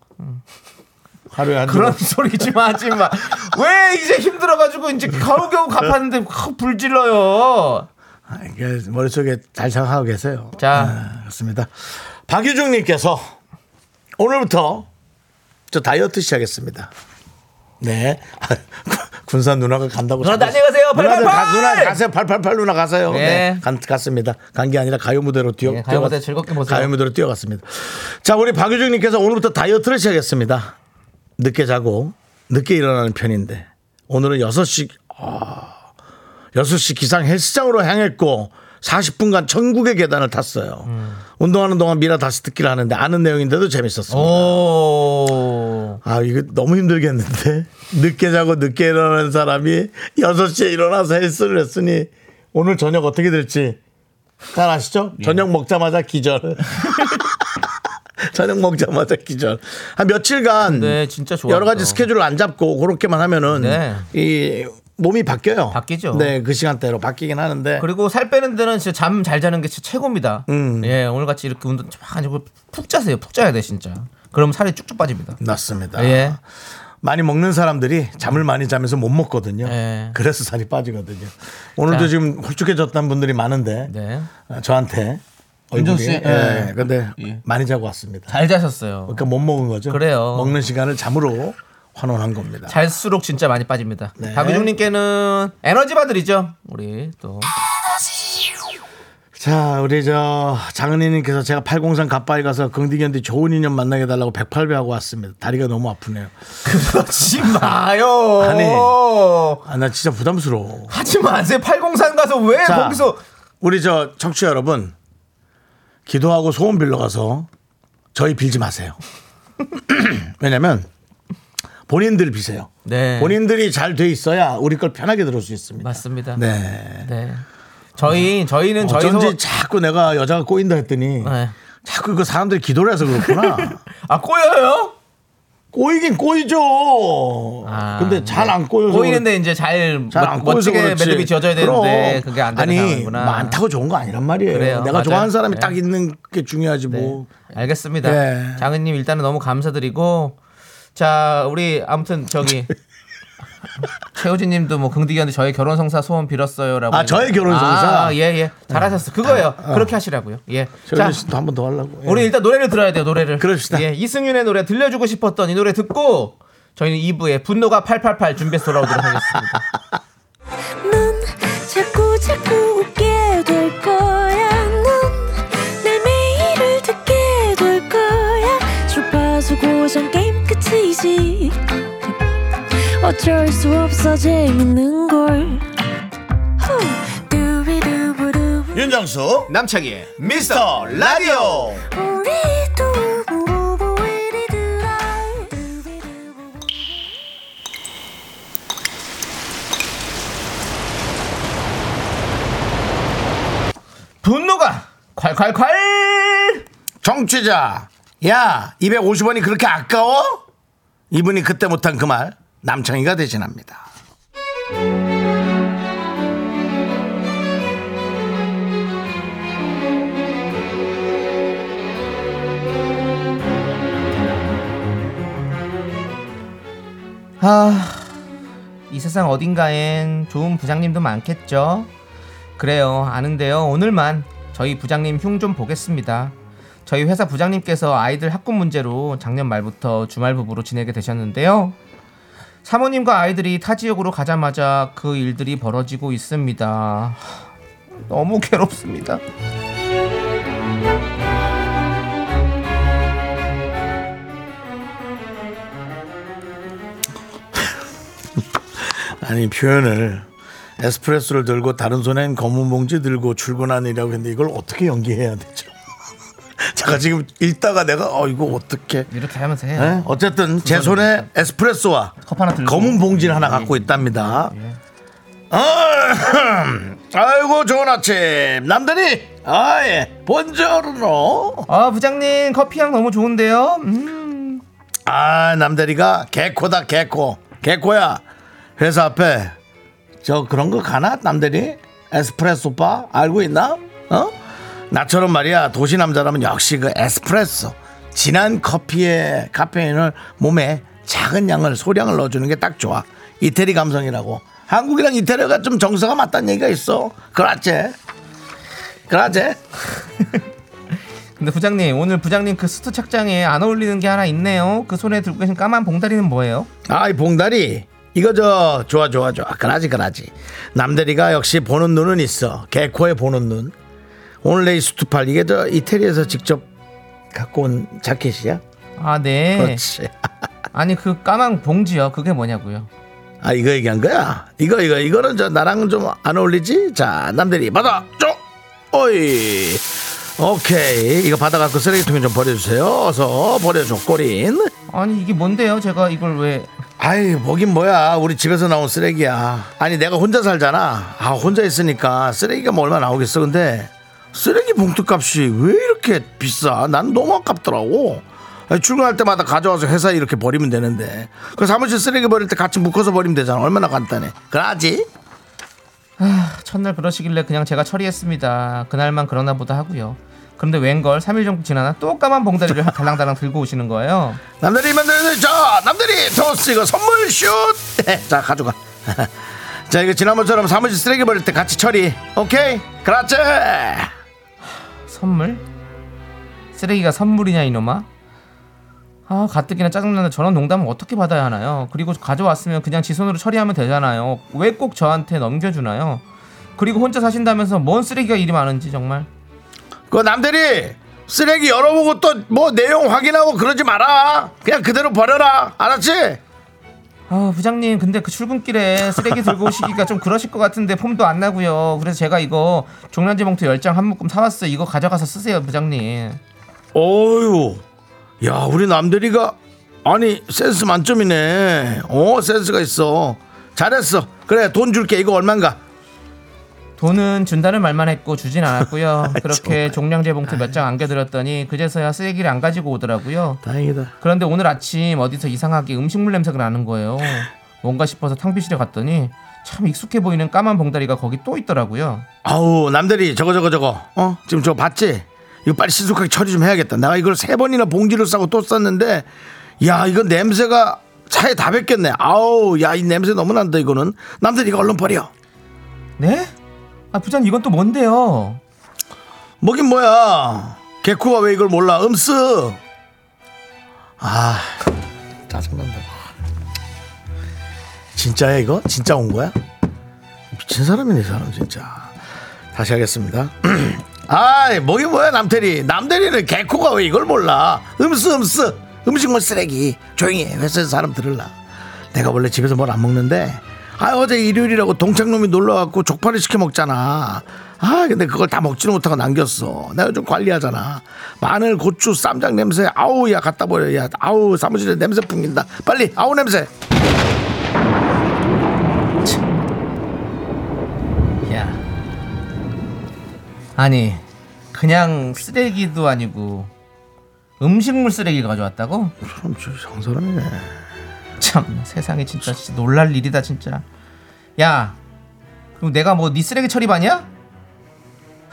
A: 하루에 한
E: 음. 그런 <laughs>
A: 조각.
E: 소리 좀 하지 마. 왜 이제 힘들어가지고 이제 겨우겨우 갚았는데 확 불질러요.
A: 아, 이게 머릿속에 잘 생각하고 계세요.
E: 자,
A: 아, 그렇습니다. 박유중님께서 오늘부터 저 다이어트 시작했습니다. 네. <laughs> 군산 누나가 간다고.
E: 누나
A: 자꾸-
E: 다녀가세요.
A: 누나들 가,
E: 팔팔팔!
A: 누나 가세요. 888 누나 가세요. 네.
E: 네.
A: 간, 갔습니다. 간 게 아니라 가요 무대로 뛰어.
E: 네, 가요 무대
A: 뛰어갔-
E: 즐겁게 보세요.
A: 가요 무대로 뛰어갔습니다. 자, 우리 박유중님께서 오늘부터 다이어트를 시작했습니다. 늦게 자고 늦게 일어나는 편인데 오늘은 6시 6시 기상 헬스장으로 향했고 40분간 천국의 계단을 탔어요.
E: 음.
A: 운동하는 동안 미라 다시 듣기를 하는데 아는 내용인데도 재밌었습니다.
E: 어. 오.
A: 아, 이거 너무 힘들겠는데. <laughs> 늦게 자고 늦게 일어나는 사람이 6시에 일어나서 헬스를 했으니 오늘 저녁 어떻게 될지 잘 아시죠?
E: 예.
A: 저녁 먹자마자 기절. <laughs> 저녁 먹자마자 기절. 한 며칠간
E: 네, 진짜 좋아.
A: 여러 가지 스케줄을 안 잡고 그렇게만 하면은
E: 네.
A: 이 몸이 바뀌어요.
E: 바뀌죠.
A: 네, 그 시간대로 바뀌긴 하는데
E: 그리고 살 빼는 데는 진짜 잠 잘 자는 게 진짜 최고입니다.
A: 음.
E: 예, 오늘 같이 이렇게 운동 쫙 하고 푹 자세요. 푹 자야 돼, 진짜. 그럼 살이 쭉쭉 빠집니다.
A: 맞습니다.
E: 예. 음.
A: 많이 먹는 사람들이 잠을 많이 자면서 못 먹거든요.
E: 예.
A: 그래서 살이 빠지거든요. 오늘도
E: 자.
A: 지금 홀쭉해졌다는 분들이 많은데
E: 네.
A: 아, 저한테
E: 윤정
A: 얼굴이-
E: 씨?
A: 예.
E: 예.
A: 근데
E: 예.
A: 많이 자고 왔습니다.
E: 잘 자셨어요.
A: 그러니까 못 먹은 거죠.
E: 그래요.
A: 먹는 시간을 잠으로 환원한 겁니다.
E: 잘수록 진짜 많이 빠집니다.
A: 네.
E: 박유중님께는 에너지 받으리죠. 우리 또
A: 자, 우리 저 장은희님께서 제가 803 가빠이 가서 긍디견디 좋은 인연 만나게 달라고 108배 하고 왔습니다. 다리가 너무 아프네요. <laughs>
E: 그러지 마요.
A: 아니. 아, 나 진짜 부담스러워.
E: 하지 마세요. 803 가서 왜
A: 자,
E: <laughs> 거기서
A: 우리 저 청취자 여러분 기도하고 소원 빌러 가서 저희 빌지 마세요. <clears throat> 왜냐면 본인들 비세요.
E: 네.
A: 본인들이 잘 돼 있어야 우리 걸 편하게 들을 수 있습니다.
E: 맞습니다. 네.
A: 네.
E: 저희 저희는 저희
A: 어쩐지
E: 소...
A: 자꾸 내가 여자가 꼬인다 했더니
E: 네.
A: 자꾸 그 사람들이 기도를 해서
E: <laughs>
A: 그렇구나.
E: 아 꼬여요?
A: 꼬이긴 꼬이죠.
E: 아,
A: 근데 잘 안 꼬여서
E: 꼬이는데 이제 잘
A: 잘 안
E: 멋-
A: 꼬여서
E: 멋지게
A: 그렇지.
E: 매듭이 지어져야
A: 그럼.
E: 되는데 그게 안 되는
A: 아니,
E: 상황이구나.
A: 많다고 좋은 거 아니란 말이에요.
E: 그래요.
A: 내가
E: 맞아요.
A: 좋아하는 사람이
E: 네.
A: 딱 있는 게 중요하지 뭐.
E: 알겠습니다.
A: 네.
E: 장은님 일단은 너무 감사드리고 자 우리
A: <laughs>
E: 아무튼 저기 최우진님도 뭐 긍디견데 저의 결혼 성사 소원 빌었어요라고.
A: 아,
E: 얘기해요.
A: 저의 결혼 성사? 아.
E: 아, 예 예. 잘하셨어. 그거예요. 그렇게 하시라고요. 예. 자
A: 최근 씨도 한 번 더 하려고. 예.
E: 우리 일단 노래를 들어야 돼요. 노래를.
A: 그럽시다.
E: 예 이승윤의 노래 들려주고 싶었던 이 노래 듣고 저희는 2부에 분노가 888 준비해서 돌아오도록 하겠습니다.
F: 넌 자꾸 자꾸 웃게 될 거야. 넌내 매일을 듣게 될 거야. 주파수 고정 게임 끝이지. 어쩔 수 없어 재밌는 걸. 후. 두비두부두.
A: 윤정수
E: 남창희의
A: 미스터 라디오.
F: 우리 두부부부 우리 두라. 두비두부부.
E: 분노가 콸콸콸
A: 정취자, 야 250원이 그렇게 아까워? 이분이 그때 못한 그 말 남창희가 대신합니다.
E: 아, 이 세상 어딘가엔 좋은 부장님도 많겠죠? 그래요, 아는데요. 오늘만 저희 부장님 흉 좀 보겠습니다. 저희 회사 부장님께서 아이들 학군 문제로 작년 말부터 주말 부부로 지내게 되셨는데요. 사모님과 아이들이 타 지역으로 가자마자 그 일들이 벌어지고 있습니다. 너무 괴롭습니다.
A: 아니 표현을 에스프레소를 들고 다른 손엔 검은 봉지 들고 출근하느라고 했는데 이걸 어떻게 연기해야 되죠? <laughs> 제가 지금 읽다가 내가 어 이거 어떻게
E: 이렇게 하면서 해.
A: 예? 어쨌든 제 손에 에스프레소와
E: 컵 하나 들고. 예,
A: 검은 봉지를 하나 갖고 있답니다. 어, 아이고 좋은 아침 남들이 아예 본저르노
E: 아 부장님 커피향 너무 좋은데요. 음.
A: 아 남대리가 개코다 개코 개코야 회사 앞에 저 그런 거 가나 남대리 에스프레소 바 알고 있나 어 나처럼 말이야 도시 남자라면 역시 그 에스프레소 진한 커피에 카페인을 몸에 작은 양을 소량을 넣어주는 게 딱 좋아 이태리 감성이라고 한국이랑 이태리가 좀 정서가 맞다는 얘기가 있어 그라제 그라제
E: 근데 부장님 오늘 부장님 그 수트 착장에 안 어울리는 게 하나 있네요. 그 손에 들고 계신 까만 봉다리는 뭐예요?
A: 아이 봉다리 이거 저 좋아 좋아 좋아 그라지 그라지 남대리가 역시 보는 눈은 있어 개코의 보는 눈 오늘 내 이 수트팔 이게 저 이태리에서 직접 갖고 온 자켓이야
E: 아 네.
A: 그렇지
E: 아니 그 까만 봉지요. 그게 뭐냐고요?
A: 아 이거 얘기한 거야 이거 이거 이거는 저 나랑은 좀 안 어울리지 자 남대리 받아 쪽 오이 오케이 이거 받아갖고 쓰레기통에 좀 버려주세요 어서 버려줘 꼬린
E: 아니 이게 뭔데요? 제가 이걸 왜?
A: 아이 뭐긴 뭐야 우리 집에서 나온 쓰레기야 아니 내가 혼자 살잖아 아 혼자 있으니까 쓰레기가 뭐 얼마 나오겠어 근데 쓰레기 봉투 값이 왜 이렇게 비싸 난 너무 아깝더라고 아니, 출근할 때마다 가져와서 회사에 이렇게 버리면 되는데 그 사무실 쓰레기 버릴 때 같이 묶어서 버리면 되잖아 얼마나 간단해 그러지
E: 첫날 그러시길래 그냥 제가 처리했습니다. 그날만 그러나 보다 하고요. 그런데 웬걸 3일 정도 지나나 또 까만 봉다리를 <laughs> 달랑달랑 들고 오시는 거예요.
A: 남들이 만드는 자 남들이 토스 이거 선물 <laughs> 슛자 가져가 <laughs> 자 이거 지난번처럼 사무실 쓰레기 버릴 때 같이 처리 오케이 그렇지
E: 선물? 쓰레기가 선물이냐 이놈아? 아 가뜩이나 짜증나는 저런 농담을 어떻게 받아야 하나요? 그리고 가져왔으면 그냥 지 손으로 처리하면 되잖아요. 왜 꼭 저한테 넘겨주나요? 그리고 혼자 사신다면서 뭔 쓰레기가 이리 많은지 정말.
A: 그 남들이 쓰레기 열어보고 또 뭐 내용 확인하고 그러지 마라. 그냥 그대로 버려라. 알았지?
E: 아 부장님 근데 그 출근길에 쓰레기 들고 오시기가 좀 그러실 것 같은데 폼도 안 나고요. 그래서 제가 이거 종량제 봉투 10장 한 묶음 사왔어요. 이거 가져가서 쓰세요 부장님.
A: 어유. 야, 우리 남들이가 아니 센스 만점이네. 어, 센스가 있어. 잘했어. 그래, 돈 줄게. 이거 얼만가?
E: 돈은 준다는 말만 했고 주진 않았고요. 그렇게 종량제 봉투 몇 장 안겨드렸더니 그제서야 쓰레기를 안 가지고 오더라고요.
A: 다행이다.
E: 그런데 오늘 아침 어디서 이상하게 음식물 냄새가 나는 거예요. 뭔가 싶어서 탕비실에 갔더니 참 익숙해 보이는 까만 봉다리가 거기 또 있더라고요.
A: 아우, 남들이 저거 저거 저거. 어? 지금 저거 봤지? 이거 빨리 신속하게 처리 좀 해야겠다. 내가 이걸 세 번이나 봉지를 싸고 또 쌌는데 야, 이거 냄새가 차에 다 뱉겠네. 아우, 야, 이 냄새 너무 난다 이거는. 남들이 이거 얼른 버려.
E: 네? 아 부장 이건 또 뭔데요?
A: 뭐긴 뭐야. 개코가 왜 이걸 몰라? 음쓰. 아, 짜증난다. 진짜야 이거? 진짜 온 거야? 미친 사람이네 이 사람 진짜. 다시 하겠습니다. 아이, 뭐긴 뭐야 남태리. 남태리는 개코가 왜 이걸 몰라? 음쓰 음쓰. 음식물 쓰레기. 조용히 해. 회사에서 사람 들을라. 내가 원래 집에서 뭘 안 먹는데 아 어제 일요일이라고 동창놈이 놀러왔고 족발을 시켜 먹잖아. 아 근데 그걸 다 먹지는 못하고 남겼어. 내가 요즘 관리하잖아. 마늘, 고추, 쌈장 냄새. 아우 야 갖다 버려. 야 아우 사무실에 냄새 풍긴다. 빨리 아우 냄새.
E: 야. 아니 그냥 쓰레기도 아니고 음식물 쓰레기 가져왔다고?
A: 그럼 저상 사람이네.
E: 참 세상에 진짜, 진짜 놀랄 일이다 진짜 야 그럼 내가 뭐 네 쓰레기 처리반이야?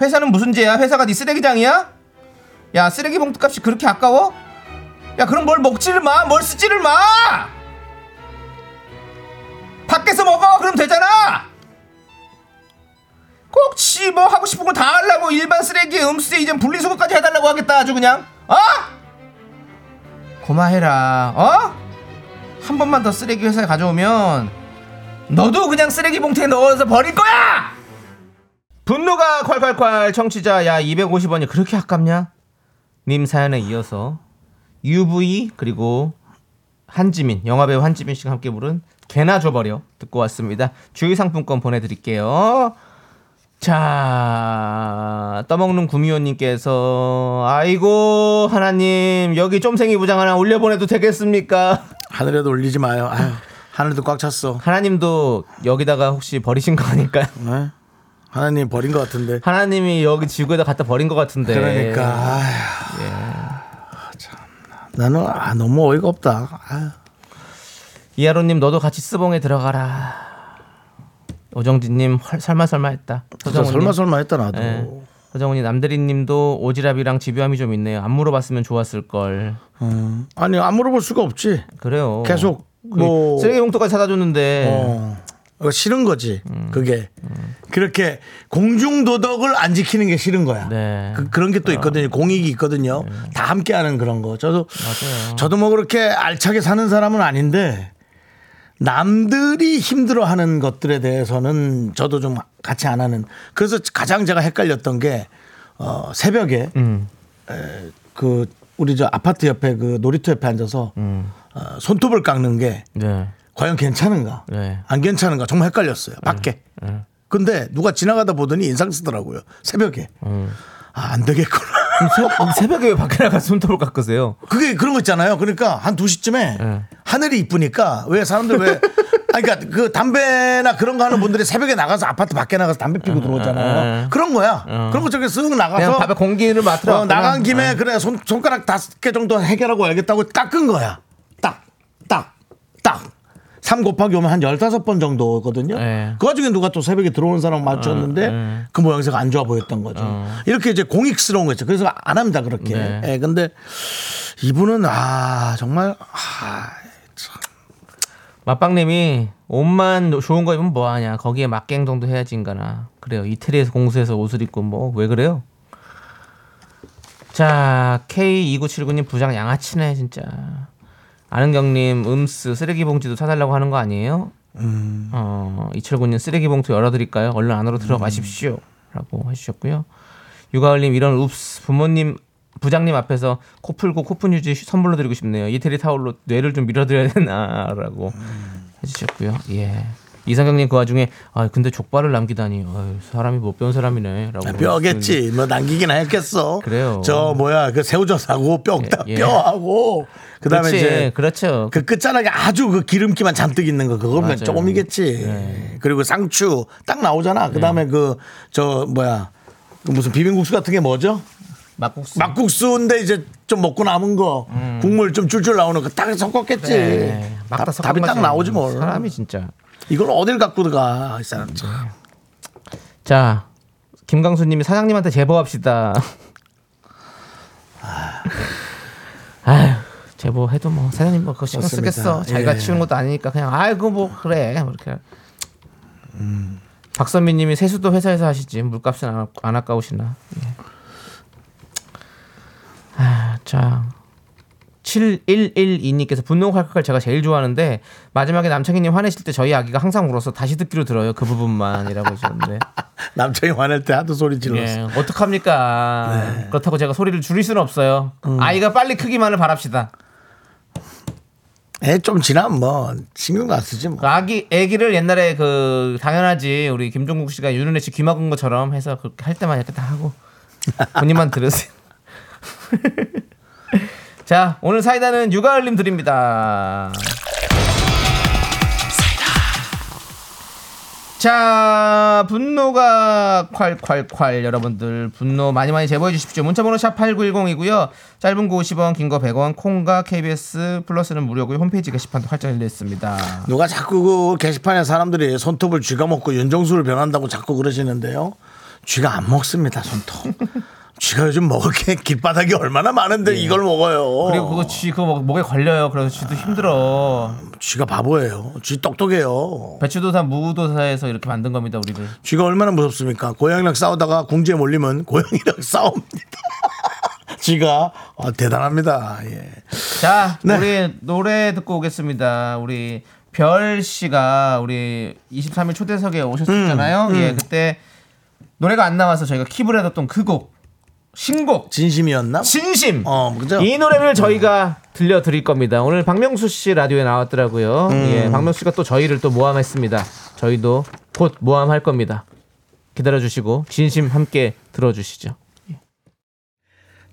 E: 회사는 무슨 죄야 회사가 네 쓰레기장이야? 야 쓰레기 봉투 값이 그렇게 아까워? 야 그럼 뭘 먹지를 마뭘 쓰지를 마 밖에서 먹어 그럼 되잖아 꼭 지 뭐 하고 싶은 거 다 하려고 일반 쓰레기에 음수에 이젠 분리수거까지 해달라고 하겠다 아주 그냥 어? 고마해라 어? 한 번만 더 쓰레기 회사에 가져오면 너도 그냥 쓰레기 봉투에 넣어서 버릴 거야! 분노가 콸콸콸 청취자 야 250원이 그렇게 아깝냐? 님 사연에 이어서 UV 그리고 한지민 영화배우 한지민 씨가 함께 부른 개나 줘버려 듣고 왔습니다. 주의 상품권 보내드릴게요. 자 떠먹는 구미호님께서 아이고 하나님 여기 쫌생이 부장 하나 올려보내도 되겠습니까?
A: 하늘에도 올리지 마요. 아유, 하늘도 꽉 찼어.
E: 하나님도 여기다가 혹시 버리신 거 아닐까요? <laughs>
A: 네? 하나님 버린 것 같은데.
E: 네. 하나님이 여기 지구에다 갖다 버린 것 같은데.
A: 그러니까 아휴, 참 나는 아, 너무 어이가 없다. 아휴.
E: 이하로님 너도 같이 스봉에 들어가라. 오정진님 헐, 설마 설마 했다.
A: 진짜
E: 서정훈님,
A: 설마 설마 했다 나도.
E: 예. 서정훈이 남대리님도 오지랖이랑 집요함이 좀 있네요. 안 물어봤으면 좋았을 걸.
A: 음. 아니 안 물어볼 수가 없지.
E: 그래요.
A: 계속
E: 그
A: 뭐
E: 쓰레기 봉투까지 사다 줬는데
A: 어. 그거 싫은 거지. 그게 그렇게 공중 도덕을 안 지키는 게 싫은 거야.
E: 네.
A: 그, 런 게 또 있거든요. 공익이 있거든요. 다 함께하는 그런 거. 저도 저도 뭐 그렇게 알차게 사는 사람은 아닌데 남들이 힘들어하는 것들에 대해서는 저도 좀 같이 안 하는. 그래서 가장 제가 헷갈렸던 게 어, 새벽에 에, 그 우리 저 아파트 옆에 그 놀이터 옆에 앉아서 어, 손톱을 깎는 게
E: 네.
A: 과연 괜찮은가?
E: 네.
A: 안 괜찮은가? 정말 헷갈렸어요. 밖에. 근데 누가 지나가다 보더니 인상 쓰더라고요. 새벽에.
E: 음.
A: 아, 안 되겠구나. <laughs>
E: 그럼 새, 벽에왜 밖에 나가서 손톱을 깎으세요?
A: 그게 그런 거 있잖아요. 그러니까 한 2시쯤에
E: 네.
A: 하늘이 이쁘니까 왜 사람들 왜 아니 그러니까 그 담배나 그런 거 하는 분들이 새벽에 나가서 아파트 밖에 나가서 담배 피고 들어오잖아요.
E: 네.
A: 그런 거야. 그런 거 저기 쓱 나가서
E: 그냥 밥에 공기를 맡으러
A: 어,
E: 왔구나. 네.
A: 나간 김에 그래 손, 손가락 다섯 개 정도 해결하고 알겠다고 닦은 거야. 딱, 딱, 딱. 3 곱하기 오면 한 15번 정도거든요.
E: 네.
A: 그 와중에 누가 또 새벽에 들어오는 사람 맞췄는데 그 모양새가 안 좋아 보였던 거죠. 이렇게 이제 공익스러운 거죠. 그래서 안 합니다, 그렇게.
E: 어. 네.
A: 예, 근데 이분은 아, 정말 아,
E: 맛빵님이 옷만 좋은 거 입으면 뭐하냐 거기에 맞게 행동도 해야지 인가나 그래요 이태리에서 공수해서 옷을 입고 뭐 왜 그래요 자 K2979님 부장 양아치네 진짜 아는경님 음스 쓰레기 봉지도 사달라고 하는 거 아니에요
A: 음.
E: 어, 이철구님 쓰레기 봉투 열어드릴까요 얼른 안으로 들어가십시오 라고 해주셨고요 유가을님 이런 읍스 부모님 부장님 앞에서 코 풀고 코푼 휴지 선물로 드리고 싶네요. 이태리 타올로 뇌를 좀 밀어드려야 되나라고 <laughs>
A: 음.
E: 해주셨고요. 예. 이상경님 그 와중에 아 근데 족발을 남기다니 어휴, 사람이 못 배운 사람이네라고
A: 아, 뼈겠지. 뭐 남기긴 했겠어.
E: 그래요.
A: 저 뭐야, 그 새우젓하고 뼈,
E: 예, 예.
A: 뼈하고 그다음에
E: 그렇지,
A: 이제
E: 그렇죠.
A: 그 끝자락에 아주 그 기름기만 잔뜩 있는 거 그거면
E: 맞아요. 네.
A: 조금이겠지. 그리고 상추 딱 나오잖아. 그다음에 그 저 뭐야 그 무슨 비빔국수 같은 게 뭐죠?
E: 막국수.
A: 막국수인데 이제 좀 먹고 남은 거 국물 좀 줄줄 나오는 거 딱 섞었겠지.
E: 음. 네, 막다
A: 답,
E: 섞은
A: 답이 딱
E: 거지.
A: 나오지 뭘.
E: 사람이 진짜. 네.
A: 이걸 어딜 갖고 들어가 이 사람 참.
E: 자 김강수님이 사장님한테 제보합시다.
A: 아.
E: 아휴 제보해도 뭐 사장님 뭐 그거 신경
A: 그렇습니다.
E: 쓰겠어. 자기가
A: 예.
E: 치우는 것도 아니니까 그냥 아이고 뭐 그래 이렇게.
A: 음.
E: 박선미님이 세수도 회사에서 하시지 물값은 안, 아- 안 아까우시나. 예. 아, 자 7112님께서 분노 칼칼칼 제가 제일 좋아하는데 마지막에 남창희님 화내실 때 저희 아기가 항상 울어서 다시 듣기로 들어요 그 부분만이라고 하셨는데.
A: 남편이 화낼 때 하도 소리 질렀어.
E: 예, 어떡합니까? 그렇다고 제가 소리를 줄일 수는 없어요. 아이가 빨리 크기만을 바랍시다.
A: 애 좀 지나면 뭐 신경도 안 쓰지 뭐.
E: 그 아기 아기를 옛날에 그 당연하지 우리 김종국 씨가 윤은혜 씨 귀 막은 것처럼 해서 그렇게 할 때만 이렇게 다 하고 본인만 들으세요. <laughs> 자, 오늘 사이다는 육아을림 드립니다. 자, 분노가 콸콸콸 여러분들 분노 많이 많이 제보해 주십시오. 문자 번호 샵 8910이고요. 짧은 거 50원, 긴 거 100원, 콩과 KBS 플러스는 무료고요. 홈페이지 게시판도 활짝 열려 있습니다.
A: 누가 자꾸 그 게시판에 사람들이 손톱을 쥐가 먹고 윤정수를 변한다고 자꾸 그러시는데요. 쥐가 안 먹습니다, 손톱. 쥐가 요즘 먹을 게 길바닥이 얼마나 많은데 이걸 먹어요.
E: 예. 그리고 그거 쥐 그거 뭐 목- 목에 걸려요. 그래서 쥐도 힘들어.
A: 쥐가 바보예요. 쥐 똑똑해요.
E: 배추도사 무도사에서 이렇게 만든 겁니다 우리를.
A: 쥐가 얼마나 무섭습니까? 고양이랑 싸우다가 궁지에 몰리면 고양이랑 <laughs> 싸웁니다. 쥐가 아, 대단합니다. 예.
E: 자
A: 네.
E: 우리 노래 듣고 오겠습니다. 우리 별 씨가 우리 23일 초대석에 오셨었잖아요. 예 그때 노래가 안 나와서 저희가 킵을 해뒀던 그 곡 신곡
A: 진심이었나?
E: 진심
A: 어, 그죠?
E: 이 노래를 저희가 들려드릴 겁니다. 오늘 박명수 씨 라디오에 나왔더라고요. 예, 박명수 씨가 또 저희를 또 모함했습니다. 저희도 곧 모함할 겁니다. 기다려주시고 진심 함께 들어주시죠.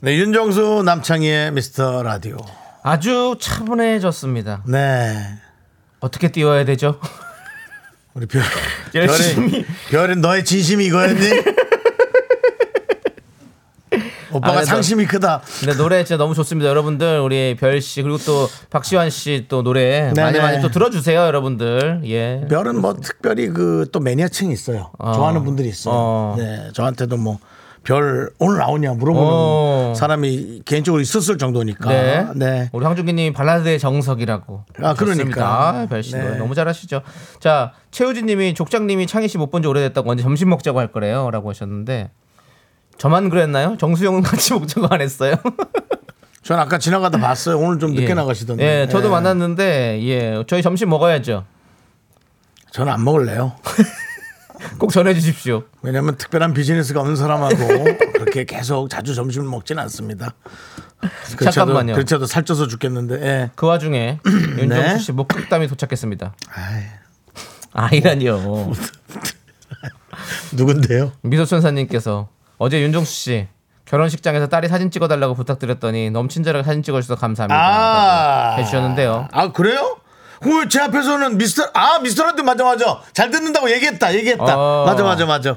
A: 네, 윤정수 남창희의 미스터 라디오.
E: 아주 차분해졌습니다.
A: 네.
E: 어떻게 띄워야 되죠?
A: 우리
E: <laughs>
A: 별,
E: 예,
A: 별이,
E: 진심이.
A: 별이 너의 진심이
E: <laughs>
A: 이거였니? 오빠가
E: 아, 네,
A: 상심이 크다.
E: 근데 노래 진짜 너무 좋습니다. 여러분들 우리 별 씨 그리고 또 박시환 씨 또 노래
A: 네,
E: 많이
A: 네.
E: 많이 또 들어주세요, 여러분들. 예.
A: 별은 뭐 특별히 그 또 매니아층이 있어요. 좋아하는 분들이 있어요.
E: 어.
A: 네, 저한테도 뭐 별 오늘 나오냐 물어보는
E: 어.
A: 사람이 개인적으로 있었을 정도니까.
E: 네.
A: 네.
E: 우리 황준기님 발라드의 정석이라고.
A: 아, 그러니까.
E: 별씨
A: 네.
E: 노래 너무 잘하시죠. 자, 최우진님이 족장님이 창희 씨 못 본 지 오래됐다고 언제 점심 먹자고 할 거래요?라고 하셨는데 저만 그랬나요? 정수영은 <laughs> 같이 먹자고 안 했어요.
A: 전 아까 지나가다 봤어요. 오늘 좀 <laughs> 늦게
E: 예.
A: 나가시던데.
E: 예, 저도
A: 예.
E: 만났는데 예, 저희 점심 먹어야죠.
A: 저는 안 먹을래요.
E: 꼭 전해주십시오.
A: 왜냐면 특별한 비즈니스가 없는
E: <laughs>
A: 사람하고 그렇게 계속 자주 점심을 먹진 않습니다. 그렇게도-
E: 잠깐만요.
A: 그렇게도 살쪄서 죽겠는데. 예. <clears throat>
E: 그 와중에
A: 네.
E: 윤정수 씨 목극담이 도착했습니다.
A: 아이, <laughs>
E: 아이라니요.
A: 누군데요?
E: 미소천사님께서 어제 윤정수 씨 결혼식장에서 딸이 사진 찍어달라고 부탁드렸더니 너무 친절하게 사진 찍어주셔서 감사합니다.
A: 아.
E: 네, 해주셨는데요.
A: 아 그래요? 그제 앞에서는 미스터 아 미스터 라디오 맞아 맞아 잘 듣는다고 얘기했다 얘기했다
E: 어.
A: 맞아 맞아 맞아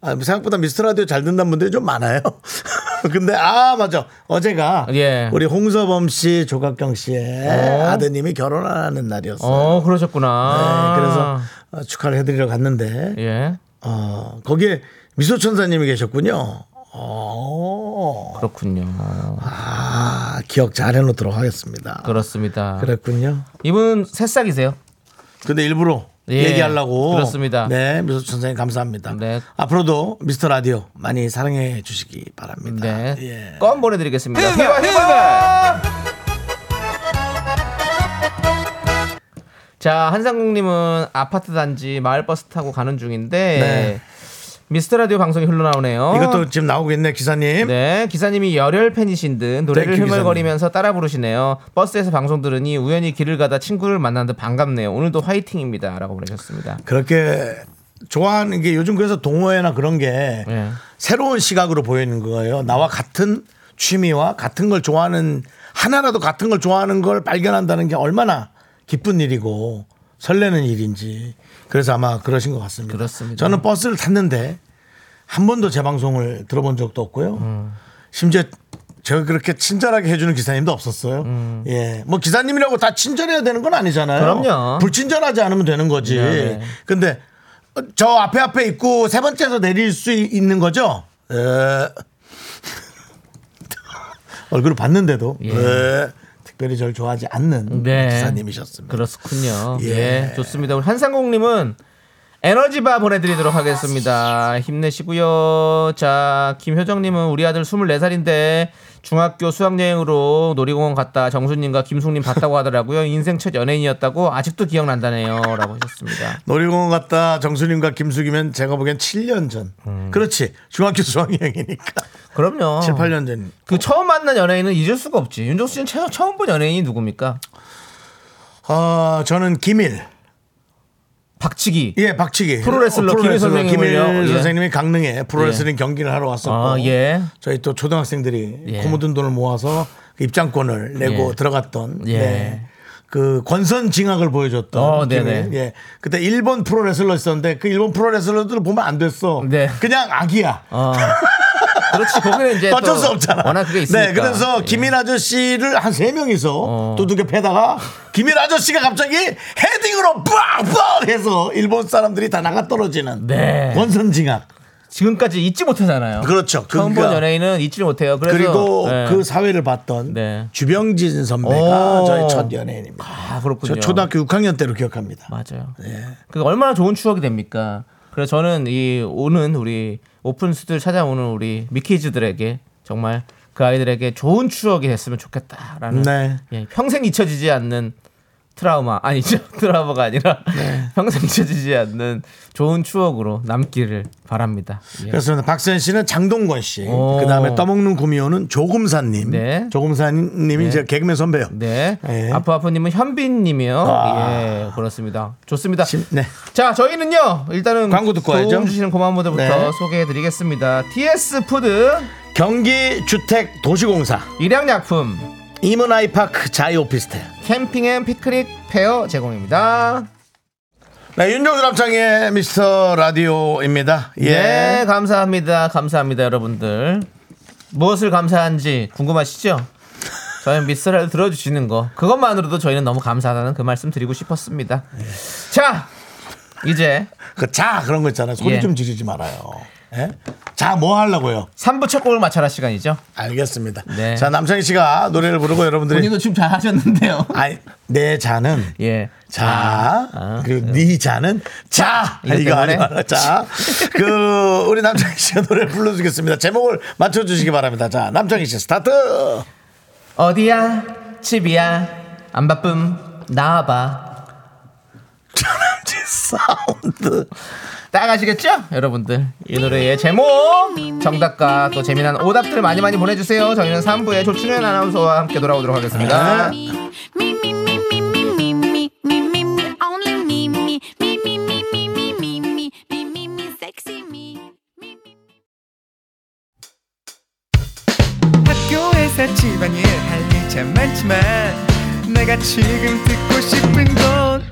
A: 아, 생각보다 미스터 라디오 잘 듣는 분들이 좀 많아요. <laughs> 근데 아 맞아 어제가
E: 예.
A: 우리 홍서범 씨 조각경 씨의
E: 어.
A: 아드님이 결혼하는 날이었어요.
E: 어 그러셨구나.
A: 네, 그래서 어, 축하를 해드리러 갔는데
E: 예
A: 어, 거기에 미소천사님이 계셨군요. 어,
E: 그렇군요.
A: 아 기억 잘 해놓도록 하겠습니다.
E: 그렇습니다.
A: 그랬군요.
E: 이분 새싹이세요.
A: 아. 근데 일부러
E: 예,
A: 얘기하려고
E: 그렇습니다.
A: 네, 미소 선생님 감사합니다.
E: 네.
A: 앞으로도 미스터 라디오 많이 사랑해 주시기 바랍니다.
E: 네.
A: 예.
E: 껌 보내드리겠습니다. 휘바, 휘바! 자 한상국님은 아파트 단지 마을 버스 타고 가는 중인데
A: 네.
E: 미스터 라디오 방송이 흘러나오네요.
A: 이것도 지금 나오고 있네, 기사님.
E: 어? 네, 기사님이 열혈 팬이신 듯 노래를
A: 땡큐,
E: 흥얼거리면서 따라 부르시네요. 버스에서 방송 들으니 우연히 길을 가다 친구를 만난 듯 반갑네요. 오늘도 화이팅입니다라고 보내셨습니다.
A: 그렇게 좋아하는 게 요즘 그래서 동호회나 그런 게
E: 예.
A: 새로운 시각으로 보이는 거예요. 나와 같은 취미와 같은 걸 좋아하는 하나라도 같은 걸 좋아하는 걸 발견한다는 게 얼마나 기쁜 일이고 설레는 일인지 그래서 아마 그러신 것 같습니다.
E: 그렇습니다.
A: 저는 버스를 탔는데 한 번도 제 방송을 들어본 적도 없고요. 심지어 저 그렇게 친절하게 해주는 기사님도 없었어요. 예, 뭐 기사님이라고 다 친절해야 되는 건 아니잖아요.
E: 음. 그럼요.
A: 불친절하지 않으면 되는 거지.
E: 네, 네.
A: 근데 저 앞에 앞에 있고 세 번째에서 내릴 수 있는 거죠? 에. <laughs> 얼굴을 봤는데도 에. 특별히 저를 좋아하지 않는
E: 예. 네.
A: 기사님이셨습니다.
E: 그렇군요.
A: 예.
E: 예. 좋습니다. 우리 한상국님은 에너지바 보내드리도록 하겠습니다. 힘내시고요. 자, 김효정님은 우리 아들 24살인데 중학교 수학여행으로 놀이공원 갔다 정수님과 김숙님 봤다고 하더라고요. 인생 첫 연예인이었다고 아직도 기억난다네요. 라고 하셨습니다.
A: 놀이공원 갔다 정수님과 김숙이면 제가 보기엔 7년 전.
E: 음.
A: 그렇지. 중학교 수학여행이니까.
E: 그럼요.
A: 7, 8년 전.
E: 그 처음 만난 연예인은 잊을 수가 없지. 윤종수 씨는 처, 처음 본 연예인이 누굽니까? 어,
A: 아, 저는 김일.
E: 박치기.
A: 예, 박치기.
E: 프로레슬러
A: 어,
E: 김일
A: 프로레슬러
E: 선생님을요.
A: 김일
E: 예.
A: 선생님이 강릉에 프로레슬링 경기를 하러 왔었고.
E: 아, 예.
A: 저희 또 초등학생들이
E: 예.
A: 고 고모든 돈을 모아서 그 입장권을 내고
E: 예.
A: 들어갔던
E: 예.
A: 네. 그 권선 징악을 보여줬던
E: 어,
A: 김일.
E: 네네.
A: 예. 그때 일본 프로레슬러 있었는데 그 일본 프로레슬러들을 보면 안 됐어.
E: 네.
A: 그냥 악이야.
E: 어. 그렇지.
A: <laughs>
E: 거기는 이제
A: 어쩔
E: 또
A: 수 없잖아.
E: 워낙 그게 있으니까.
A: 네, 그래서
E: 예.
A: 김일 아저씨를 한 세 명이서
E: 어.
A: 두둑에 패다가 김일 아저씨가 갑자기 헤딩으로 빡빡 해서 일본 사람들이 다 나가 떨어지는
E: 네.
A: 권선징악.
E: 지금까지 잊지 못하잖아요.
A: 그렇죠.
E: 처음 본
A: 그러니까.
E: 연예인은 잊지 못해요. 그래서
A: 그리고
E: 예.
A: 그 사회를 봤던
E: 네.
A: 주병진 선배가
E: 오.
A: 저의 첫 연예인입니다.
E: 아, 그렇군요.
A: 저 초등학교 6학년 때로 기억합니다.
E: 맞아요.
A: 네.
E: 그 얼마나 좋은 추억이 됩니까? 그래서 저는 이 오는 우리 오픈 스튜디오 찾아오는 우리 미키즈들에게 정말 그 아이들에게 좋은 추억이 됐으면 좋겠다라는
A: 네.
E: 예, 평생 잊혀지지 않는 트라우마 아니죠 <laughs> 트라우마가 아니라
A: 네.
E: <laughs> 평생 잊혀지지 않는 좋은 추억으로 남기를 바랍니다. 예.
A: 그렇습니다. 박선 씨는 장동건 씨.
E: 오.
A: 그 다음에 떠먹는 구미호는 조금사님.
E: 네.
A: 조금사님이 이제 개그맨 선배요.
E: 네.
A: 예.
E: 아프아프님은 현빈님이요.
A: 아.
E: 예, 그렇습니다. 좋습니다.
A: 심- 네.
E: 자, 저희는요, 일단은
A: 광고 듣고
E: 도움
A: 와야죠.
E: 주시는 고마운 분들부터
A: 네.
E: 소개해드리겠습니다. TS 푸드,
A: 경기주택도시공사,
E: 일양약품,
A: 이문아이파크 자이오피스텔.
E: 캠핑 앤 피크닉 페어 제공입니다.
A: 네, 윤종수 남창의 미스터 라디오입니다. 예.
E: 네, 감사합니다. 감사합니다, 여러분들. 무엇을 감사한지 궁금하시죠? 저희 미스터를 들어주시는 거 그것만으로도 저희는 너무 감사하다는 그 말씀 드리고 싶었습니다. 자, 이제
A: 그 자, 그런 거 있잖아요. 소리
E: 예.
A: 좀 지르지 말아요. 예? 자, 뭐 하려고요?
E: 3부 첫 곡을 맞춰라 시간이죠.
A: 알겠습니다.
E: 네.
A: 자, 남창희 씨가 노래를 부르고 여러분들이.
E: 본인도 지금 잘 하셨는데요.
A: 아니, 내 자는
E: 예.
A: 자, 그리고 네 자는 자!
E: 이것
A: 이거
E: 때문에?
A: 아니야. 자, 그, 우리 남창희 씨가 노래 불러주겠습니다. 제목을 맞춰주시기 바랍니다. 자, 남창희 씨 <laughs> 스타트!
E: 어디야? 집이야? 안 바쁨? 나와봐.
A: 전남지 사운드.
E: 따가시겠죠? 여러분들. 이 노래의 제목! 정답과 또 재미난 오답들 많이 많이 보내주세요. 저희는 3부에 조충현 아나운서와 함께 돌아오도록 하겠습니다.
A: 네.
D: 학교에서 집안일 할 일 참 많지만 내가 지금 듣고 싶은 건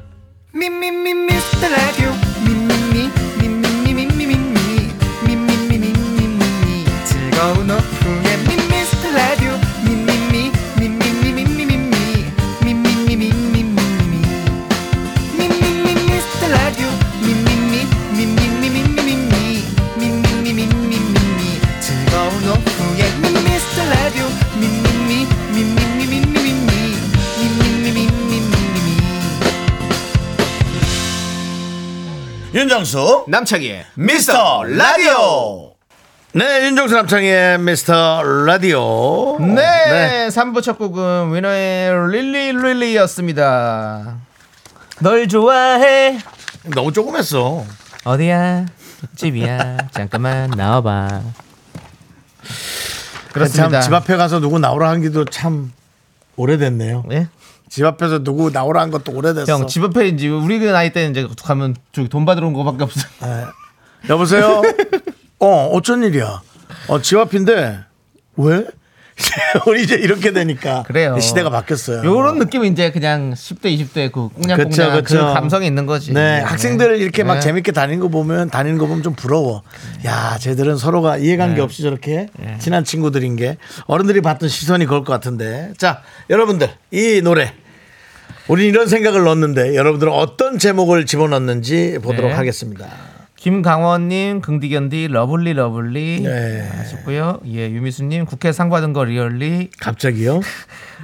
D: 미미미 미스터 라디오 미미미 미미미미미미 미미미미미미 즐거운 오후에 미미스터 라디오 미미미 미미미미미미 미미미미미미미 미미미 미스터 라디오 미미미 미미미미미미 미미미미미미 즐거운 오후에 미스터 라디오 미미미 미미미미미미 미미미미미미미
A: 윤정수,
E: 남창희의
A: 미스터 라디오! 네, 윤정수 남창희의 미스터 라디오.
E: 네, 3부 첫 곡은 위너의 릴리 릴리였습니다. 널 좋아해.
A: 너무 뭐 조금 했어.
E: 어디야? 집이야. 잠깐만 나와봐.
A: 참,
E: 그렇습니다.
A: 집 앞에 가서 누구 나오라 한 기도 참 오래됐네요.
E: 예?
A: 집 앞에서 누구 나오라 한 것도 오래됐어.
E: 형, 집 앞에 이제 우리 그 나이 때는 이제 가면 저기 돈 받으러 온
A: <laughs>
E: 거밖에 없어. <laughs>
A: 여보세요? 어, 어쩐 일이야? 어, 집 앞인데, 왜? <laughs> 우리 이제 이렇게 되니까.
E: 그래요.
A: 시대가 바뀌었어요.
E: 요런 느낌 이제 그냥 10대, 20대 그
A: 그쵸,
E: 꽁냥꽁냥 그
A: 그쵸.
E: 감성이 있는 거지.
A: 네, 학생들 이렇게 막
E: 네.
A: 재밌게 다니는 거 보면, 다니는 거 보면 좀 부러워. 야, 쟤들은 서로가 이해관계
E: 네.
A: 없이 저렇게 친한 친구들인 게 어른들이 봤던 시선이 그럴 것 같은데. 자, 여러분들, 이 노래. 우린 이런 생각을 넣었는데, 여러분들은 어떤 제목을 집어넣는지 보도록
E: 네.
A: 하겠습니다.
E: 김강원님, 긍디견디, 러블리 러블리
A: 네.
E: 하셨고요. 예, 유미수님, 국회 상 받은 거 리얼리.
A: 갑자기요?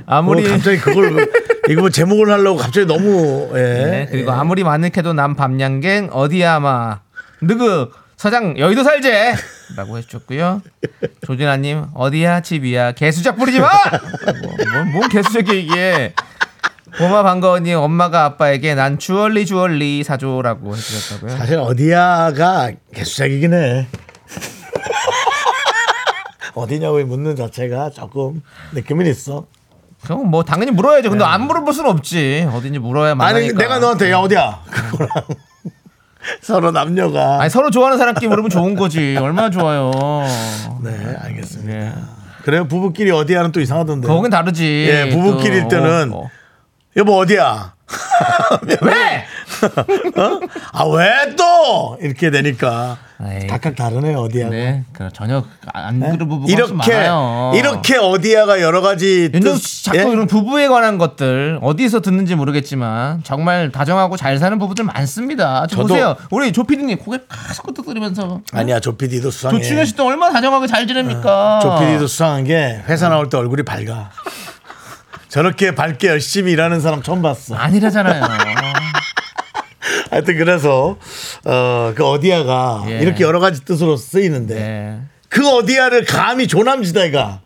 E: 아무리
A: 어, 갑자기
E: <laughs>
A: 그걸 이거 뭐 제목을 하려고 갑자기 너무 예.
E: 네, 그리고 아무리 많을해도 난 밤양갱 어디야마 느그 서장 여의도 살제라고 해주셨고요. 조진아님 어디야 집이야 개수작 부리지 마. 뭔, 뭔 개수작이 이게. 고마 반가워님 엄마가 아빠에게 난 주얼리 주얼리 사줘라고 해주셨다고요.
A: 사실 어디야가 개수작이긴 해. <laughs> 어디냐고 묻는 자체가 조금 느낌은 있어.
E: 그럼 뭐 당연히 물어야죠. 근데 안 물어볼 수는 없지. 어딘지 물어야 만나니까.
A: 아니
E: 음.
A: 내가 너한테 야 어디야 그거랑 <laughs> 서로 남녀가
E: 아니 서로 좋아하는 사람끼리 물으면 좋은 거지. 얼마나 좋아요.
A: 네 알겠습니다.
E: 예.
A: 그래요 부부끼리 어디야는 또 이상하던데.
E: 거긴 다르지.
A: 네. 예, 부부끼리일
E: 또,
A: 때는
E: 어, 어.
A: 여보 어디야?
E: <laughs> 왜?
A: <laughs> 아 왜 또 이렇게 되니까
E: 에이.
A: 각각 다르네요 어디야.
E: 네, 그 전혀 안 그런 부부가 훨씬
A: 네. 이렇게
E: 많아요.
A: 이렇게 어디야가 여러 가지
E: 윤정수
A: 뜻-
E: 씨 자꾸
A: 예?
E: 이런 부부에 관한 것들 어디서 듣는지 모르겠지만 정말 다정하고 잘 사는 부부들 많습니다. 저
A: 저도-
E: 보세요, 우리 조 PD님 고개 계속 끄덕거리면서
A: 아니야 조피디도 수상해.
E: 조충현 씨도 아. 얼마나 다정하게 잘 지냅니까?
A: 조피디도 수상한 게 회사 나올 때 얼굴이 밝아. 저렇게 밝게 열심히 일하는 사람 처음 봤어.
E: 아니라잖아요. <laughs>
A: 하여튼 그래서 어그 어디야가
E: 예.
A: 이렇게 여러 가지 뜻으로 쓰이는데
E: 네.
A: 그 어디야를 감히 조남지대가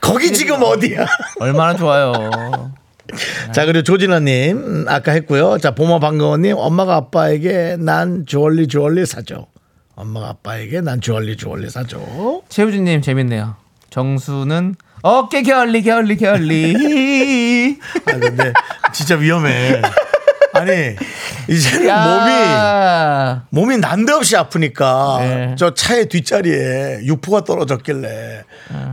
A: 거기 지금 어디야?
E: 얼마나 좋아요.
A: 자 그리고 조진아님 음, 아까 했고요. 자 보모 방금원님 엄마가 아빠에게 난 주얼리 주얼리 사줘. 엄마가 아빠에게 난 주얼리 주얼리 사줘.
E: 최우진님 재밌네요. 정수는 어깨 결리 결리
A: <laughs>
E: 결리.
A: 아 근데 진짜 위험해. 아니 이제는
E: 야.
A: 몸이 몸이 난데없이 아프니까
E: 네.
A: 저 차의 뒷자리에 유포가 떨어졌길래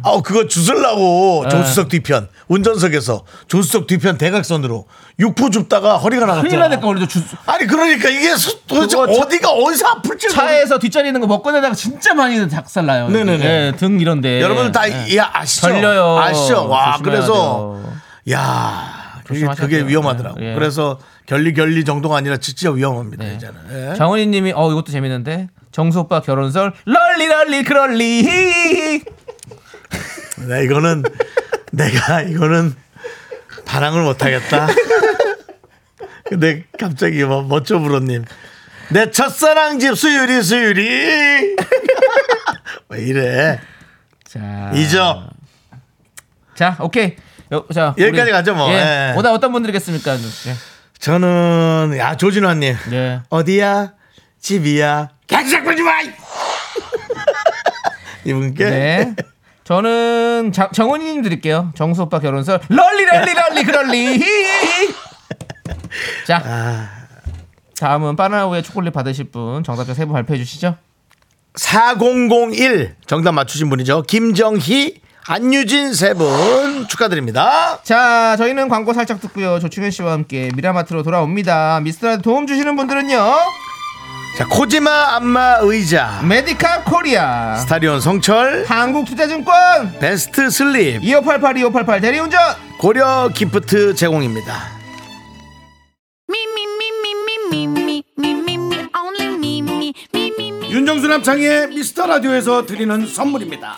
A: 아우 그거 주술라고
E: 네.
A: 조수석 뒤편 운전석에서 조수석 뒤편 대각선으로 육포 줍다가 허리가
E: 큰일
A: 나갔잖아.
E: 나니까 우리도 주,
A: 아니 그러니까 이게 수- 도대체
E: 그거 차-
A: 어디가 어디서 아플지
E: 차에서 뒷자리 있는 거 먹고 내다가 진짜 많이 작살나요.
A: 네네네.
E: 예, 등 이런데.
A: 여러분 다
E: 예.
A: 이- 예, 아시죠?
E: 걸려요.
A: 아시죠? 와
E: 네. 조심해야
A: 그래서
E: 돼요.
A: 야 그게,
E: 조심하셔야
A: 그게
E: 돼요.
A: 위험하더라고.
E: 예.
A: 그래서 결리 결리 정도가 아니라 진짜 위험합니다
E: 네.
A: 이제는. 예.
E: 정은희 님이 어 이것도 재밌는데 정수 오빠 결혼설 럴리 럴리 그럴리 <laughs>
A: 나 이거는 <laughs> 내가 이거는 반항을 못하겠다. <laughs> 근데 갑자기 뭐 멋져 부러님 내 첫사랑 집 수유리 수유리 <laughs> 왜 이래
E: 자.
A: 잊어
E: 자, 오케이. 여, 자,
A: 여기까지 가죠, 뭐.
E: 예.
A: 예.
E: 오늘 어떤 분들이겠습니까? 예.
A: 저는 야 조진환님
E: 예.
A: 어디야? 집이야. 객색 보지 마! <laughs> 이분께
E: 네. 저는 자, 정은이님 드릴게요. 정수 오빠 결혼설 럴리 럴리 럴리 그럴리. <laughs> 히히히. 자, 다음은 바나나 우유 초콜릿 받으실 분 정답자 세 분 발표해 주시죠.
A: 4001 정답 맞추신 분이죠. 김정희, 안유진 세 분 축하드립니다.
E: 자, 저희는 광고 살짝 듣고요. 조충현 씨와 함께 미라마트로 돌아옵니다. 미스터라드 도움 주시는 분들은요.
A: 자, 코지마 안마 의자,
E: 메디카 코리아,
A: 스타리온 성철,
E: 한국투자증권,
A: 베스트 슬립,
E: 2588 2588 대리운전,
A: 고려 기프트 제공입니다. 윤정수 남창의 미스터 라디오에서 드리는 선물입니다.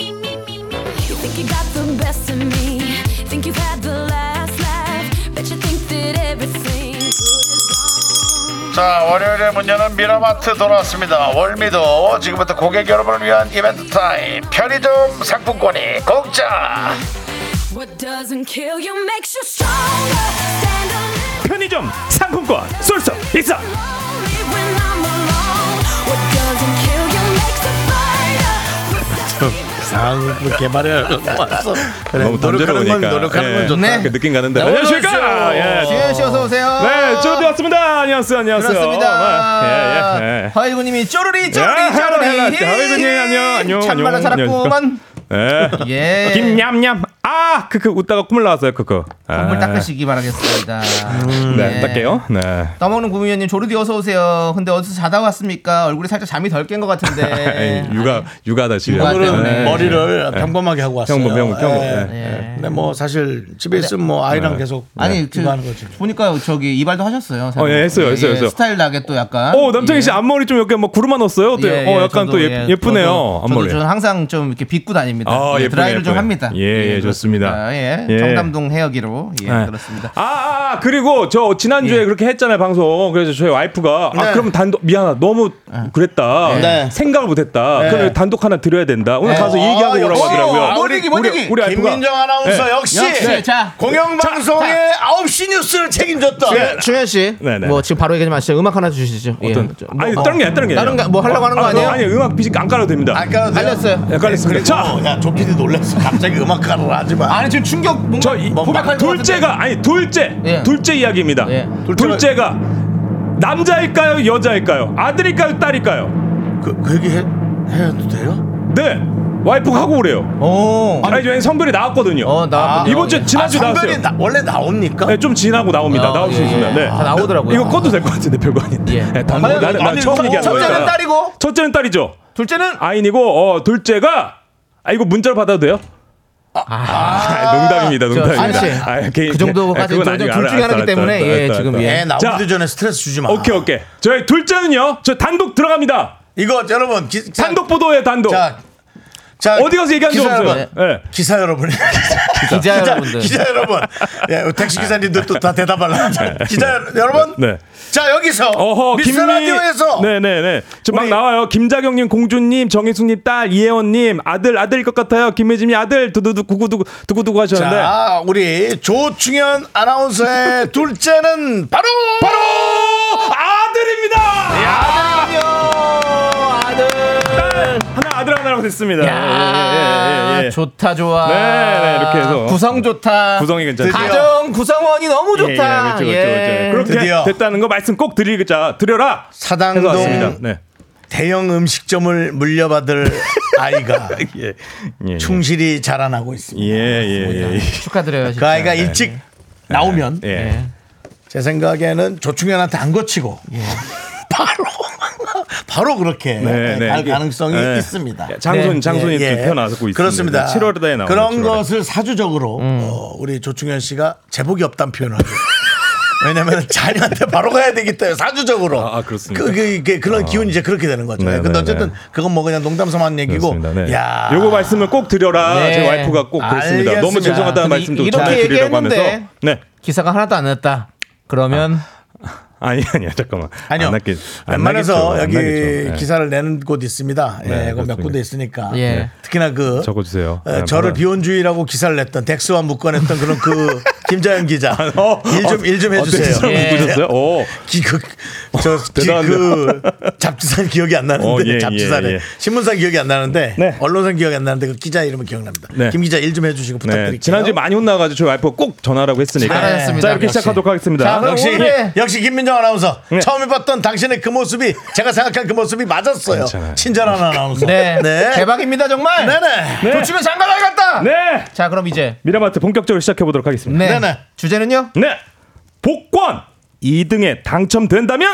A: 자 월요일에 문 여는 미라마트 돌아왔습니다. 월미도 지금부터 고객 여러분을 위한 이벤트 타임 편의점 상품권이 공짜
G: 편의점 상품권 쏠쏠 익사
A: 상품 개발을 왔어. 그래,
H: 너무 던져러
A: 노력하는 건
H: 오니까.
A: 노력하는 건
H: 예.
A: 좋다.
E: 네.
H: 그 느낌 가는데.
G: 안녕하십니까 예.
E: 지현 씨 어서 오세요.
G: 네, 저도왔습니다 안녕하세요, 안녕하세요.
E: 그렇습니다.
G: 네, 예, 예.
E: 허이구님이 쪼르리
G: 야,
E: 쪼르리
G: 헬로, 헬로,
E: 쪼르리.
G: 허이구님,
H: 아,
G: 안녕, 안녕,
E: 참말로
G: 안녕,
E: 살았구만.
H: 예.
E: 예.
H: 김냠냠. 아, 크크 웃다가 콧물 나왔어요, 크크.
E: 물 닦으시기 바라겠습니다.
H: 네,
E: 예.
H: 닦게요. 네.
E: 떠먹는 구미호님 조르디 어서 오세요. 근데 어디서 자다 왔습니까? 얼굴이 살짝 잠이 덜 깬 것 같은데.
H: 에이, <laughs> 육아 육아다 지금.
E: 예. 육아
A: 오늘은
E: 네.
A: 예. 머리를 평범하게 하고 왔어요.
H: 예. 평범, 평범, 평범.
A: 예.
E: 예.
A: 근데 뭐 사실 집에 있으면 뭐 아이랑 계속
B: 예.
E: 아니 그
A: 이거 하는 거지.
E: 보니까 저기 이발도 하셨어요.
H: 네. 어, 예, 했어요, 했어요, 했어요.
E: 스타일 나게 또 약간.
H: 오, 남창희 씨
E: 예.
H: 앞머리 좀 이렇게 뭐 구름 안 넣었어요? 어때요?
E: 예,
H: 어,
E: 예,
H: 약간
E: 저도,
H: 또
E: 예,
H: 예, 쁘네요
E: 저도,
H: 앞머리.
E: 저도 저는 항상 좀 이렇게 빗고 다닙니다.
H: 아,
E: 예,
H: 예쁘네,
E: 드라이를 좀
H: 예쁘네.
E: 합니다.
H: 예, 예, 좋습니다.
E: 예,
H: 예.
E: 청담동 해역이로 예,
H: 네.
E: 그렇습니다.
H: 아, 아, 아, 그리고 저
E: 예.
H: 지난주에 그렇게 했잖아요, 방송. 그래서 저희 와이프가
A: 네.
H: 아, 그럼 단독 미안하다. 너무
E: 예.
H: 그랬다.
A: 네.
H: 생각을 못 했다.
A: 네.
H: 그럼 단독 하나 드려야 된다. 오늘
E: 네.
H: 예. 가서
A: 아,
H: 얘기하고
A: 역시.
H: 오라고 하더라고요.
A: 아,
E: 우리- 우리-
H: 우리 와이프가
A: 김민정 아나운서
H: 네.
A: 역시,
E: 역시, 자.
A: 공영방송의 9시 뉴스를 책임졌다.
E: 충현 씨,
H: 네, 네.
E: 뭐 지금 바로 얘기 좀 하시죠. 음악 하나 주시죠.
H: 어떤-
E: 예. 저-
H: 아니, 다른 게 아니라 다른 게
E: 다른
H: 아니라.
E: 거- 뭐 하려고 하는 거
H: 아,
E: 아니에요?
H: 아니, 음악 비직 안 깔아도 됩니다.
A: 아까
E: 알렸어요.
H: 헷갈렸습니다. 자,
A: 야, 조피디 놀랐어. 갑자기 음악가를 하지 마.
E: 아니 지금 충격 뭔가
H: 저 이, 뭐,
E: 고백할 뭐 것
H: 둘째가 아니 둘째
E: 예.
H: 둘째 이야기입니다.
E: 예.
H: 둘째가 남자일까요, 여자일까요? 아들일까요, 딸일까요?
A: 그, 그 얘기 해, 해도 돼요?
H: 네. 와이프가 하고 그래요.
E: 오.
H: 아니, 저희 성별이 나왔거든요.
E: 어, 나왔군요.
H: 이번 주 지난주
A: 아,
H: 나왔어요.
A: 선별이 나- 원래 나옵니까?
H: 네, 좀 지나고 나옵니다.
E: 아,
H: 나올 수
E: 예,
H: 있으면.
E: 예.
H: 네.
E: 다 나오더라고요.
H: 이거 꺼도 될 것 같은데 별거 아닌데.
E: 예.
H: 네, 단,
A: 아니,
H: 나는, 나는
A: 아니,
H: 처음
A: 첫-
H: 얘기한 거예요.
E: 첫째는 딸이고
H: 첫째는 딸이죠.
E: 둘째는
H: 아인이고 어, 둘째가 아 이거 문자로 받아도 돼요? 아, 농담입니다,
E: 저,
H: 농담입니다.
E: 아저씨,
H: 아, 개인-
E: 그 정도까지
H: 아,
E: 둘
H: 그건
E: 중에
H: 아니고 알아, 알았어,
E: 하나기
H: 알았어,
E: 때문에
H: 알았어,
E: 예
H: 알았어,
E: 지금
H: 알았어.
A: 애
E: 예.
A: 나오기도
H: 자.
A: 전에 스트레스 주지 마.
H: 오케이 오케이. 저희 둘째는요. 저 단독 들어갑니다.
A: 이거 여러분 기, 자,
H: 단독 보도에 단독.
A: 자, 자
H: 어디 가서 얘기한 적
A: 기사
H: 없어요.
A: 여러분,
H: 예.
A: 기사 여러분, <laughs>
E: 기자
A: 기자,
E: 여러분들.
A: 기자 여러분, 예, 택시 기사님들 또 다 대답을 하는데 기자 여- 여러분,
H: 네.
A: 자 여기서
H: 어허
A: 미스터 라디오에서
H: 네네네 지금 막
A: 우리-
H: 나와요 김자경님 공주님 정혜숙님 딸 이혜원님 아들 아들일 것 같아요 김혜진이 아들 두두두 구구두구 두구두구 하셨는데
A: 자 우리 조충현 아나운서의 둘째는 바로
H: 바로 아들입니다 딸 하나 아들 하나로 됐습니다 예, 예, 예, 예.
E: 좋다 좋아.
H: 네, 네, 이렇게 해서.
E: 구성 좋다.
H: 구성이 괜찮죠
E: 가정 구성원이 너무 좋다.
H: 예, 예, 그렇죠, 그렇죠, 예. 그렇게
A: 드디어.
H: 됐다는 거 말씀 꼭 드리자 드려라 해서 왔습니다
A: 사당동
H: 네
A: 대형 음식점을 물려받을
H: <laughs>
A: 아이가
H: 예. 예.
A: 충실히 자라나고 있습니다.
H: 예, 예, 예.
E: 축하드려요.
A: 그
E: 진짜.
H: 네.
A: 아이가 일찍 나오면
H: 예.
E: 네.
A: 제 생각에는 조충현한테 안 거치고 <laughs> 바로 바로 그렇게
H: 예. 네, 네.
A: 갈 가능성이
H: 네.
A: 있습니다.
H: 장손
E: 네.
H: 장손이
A: 예, 예.
H: 예, 태어나고 있습니다.
A: 그렇습니다.
H: 7월에 나오는
A: 그런
H: 7월에. 음.
A: 것을 사주적으로 어, 우리 조충현 씨가 제복이 없다는 표현을 하죠. <laughs> 왜냐면 자녀한테 바로 가야 되기 때문에 사주적으로.
H: 아, 아, 그렇습니까? 아.
A: 그, 그, 그, 그런 기운이 이제 그렇게 되는 거죠.
H: 네,
A: 예, 근데
H: 네,
A: 어쨌든
H: 네.
A: 그건 뭐 그냥 농담삼아 한 얘기고.
H: 그렇습니다. 네.
A: 야.
H: 요거 말씀을 꼭 드려라.
E: 네.
H: 제 와이프가 꼭 그랬습니다.
A: 알겠습니다.
H: 너무 죄송하다는
E: 근데
H: 말씀도
E: 이렇게
H: 전해드리려고 하면서.
E: 얘기했는데.
H: 네.
E: 기사가 하나도 안 났다. 그러면
H: 아. 아니 아니야 잠깐만.
A: 아니요.
H: 안 낫겠- 안 나겠죠.
A: 웬만해서
H: 안
A: 여기
H: 나겠죠. 네.
A: 기사를 내는 곳 있습니다. 예,
H: 네,
A: 그거 몇
H: 그렇습니다. 네.
A: 군데 있으니까.
E: 예.
A: 특히나 그
H: 적어주세요.
A: 어,
H: 네,
A: 저를
H: 받아요.
A: 비혼주의라고 기사를 냈던 덱스와 묶어냈던 그런
H: <laughs>
A: 그 김자연 기자
H: 어,
A: 일 좀
H: 어,
A: 일 좀
H: 어,
A: 해주세요.
H: 어떤
E: 예.
H: 사람 누구셨어요? 네. 오.
A: 기그저그
H: 대단한데요.
A: 잡지사 기억이 안 나는데
H: 어, 예,
A: 잡지사는
H: 예, 예.
A: 신문사 기억이 안 나는데
H: 네.
A: 언론사 기억이 안 나는데 그 기자 이름은 기억납니다.
H: 네.
A: 김 기자 일 좀 해주시고 부탁드릴게요.
H: 네. 지난주에 많이 혼나가지고 저희 와이프가 꼭 전화라고 했으니까.
E: 잘하셨습니다.
H: 자 이렇게
E: 역시.
H: 시작하도록 하겠습니다.
E: 자, 그럼
A: 역시
E: 오늘의-
A: 역시 김민정 아나운서
H: 네.
A: 처음에 봤던 당신의 그 모습이 제가 생각한 그 모습이 맞았어요.
H: 괜찮아요.
A: 친절한 아나운서. <laughs>
E: 네,
A: 네.
E: 대박입니다 정말.
A: 네네.
H: 네.
E: 조치면 장가 나갔다.
H: 네.
E: 자 그럼 이제
H: 미라마트 본격적으로 시작해 보도록 하겠습니다.
E: 네.
A: 네네.
E: 주제는요.
H: 네. 복권 2등에 당첨된다면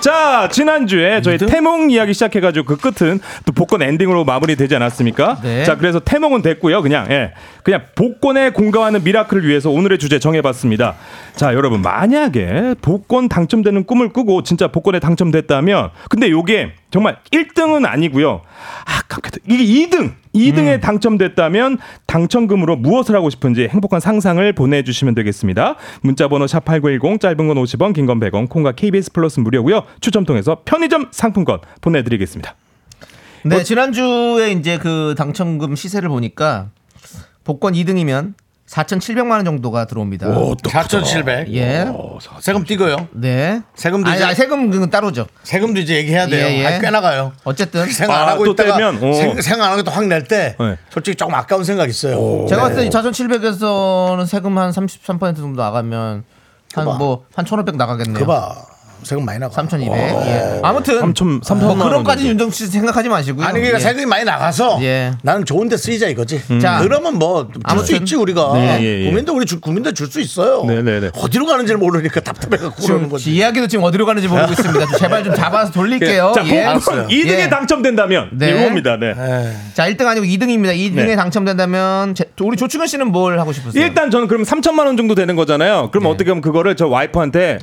H: 자 지난주에 저희 태몽 이야기 시작해가지고 그 끝은 또 복권 엔딩으로 마무리되지 않았습니까?
E: 네.
H: 자 그래서 태몽은 됐고요 그냥 예 그냥 복권에 공감하는 미라클을 위해서 오늘의 주제 정해봤습니다. 자 여러분 만약에 복권 당첨되는 꿈을 꾸고 진짜 복권에 당첨됐다면 근데 요게 정말 1등은 아니고요 아깝게도 이게 2등 2등에 당첨됐다면 당첨금으로 무엇을 하고 싶은지 행복한 상상을 보내주시면 되겠습니다. 문자번호 샵 #8910 짧은 건 50원, 긴 건 100원, 콩과 KBS 플러스 무료고요. 추첨 통해서 편의점 상품권 보내드리겠습니다.
E: 네
H: 뭐-
E: 지난주에 이제 그 당첨금 시세를 보니까 복권 2등이면 4,700만 원 정도가 들어옵니다.
A: 4,700.
E: 예.
A: 세금 띄고요.
E: 네.
A: 세금도
E: 아니,
A: 이제-
E: 아니, 세금은 따로죠.
A: 세금도 이제 얘기해야 돼요.
E: 예, 예.
A: 아, 꽤 나가요.
E: 어쨌든
A: 생각 안
H: 아,
A: 하고
H: 또
A: 있다가
H: 떼면? 어.
A: 생, 생각 안 하고 또 확 낼 때
H: 네.
A: 솔직히 조금 아까운 생각 있어요. 네.
E: 제가 봤을 때 2,700에서는 세금 한 33% 정도 나가면
A: 그봐.
E: 한 뭐 한 1,500 나가겠네요.
A: 그 봐. 세금 많이 나가. 어.
E: 3,200. 예. 아무튼
H: 삼천-
E: 뭐
H: 삼천만
E: 그런까지 윤정 씨 생각하지 마시고요.
A: 아니 그러니까
E: 예.
A: 세금이 많이 나가서
E: 예.
A: 나는 좋은데 쓰이자 이거지.
E: 자.
A: 그러면 뭐 줄 수
E: 아무튼.
A: 있지 우리가
H: 음. 네, 예, 예.
A: 국민도 우리 주, 국민도 줄 수 있어요.
H: 네, 네, 네.
A: 어디로 가는지 모르니까 답답해갖고 그러는
E: 지금
A: 거지.
E: 이야기도 지금 어디로 가는지 모르고 있습니다. 제발 좀 잡아서 돌릴게요.
H: 자,
E: 예.
H: 복권 2등에
E: 예.
H: 당첨된다면
E: 네.
H: 이겁니다. 네.
A: 아,
E: 자, 1등 아니고 2등입니다. 2등에
H: 네.
E: 당첨된다면 제- 우리 조충현 씨는 뭘 하고 싶으세요?
H: 일단 저는 그럼 3천만 원 정도 되는 거잖아요. 그럼
A: 네.
H: 어떻게 하면 그거를 저 와이프한테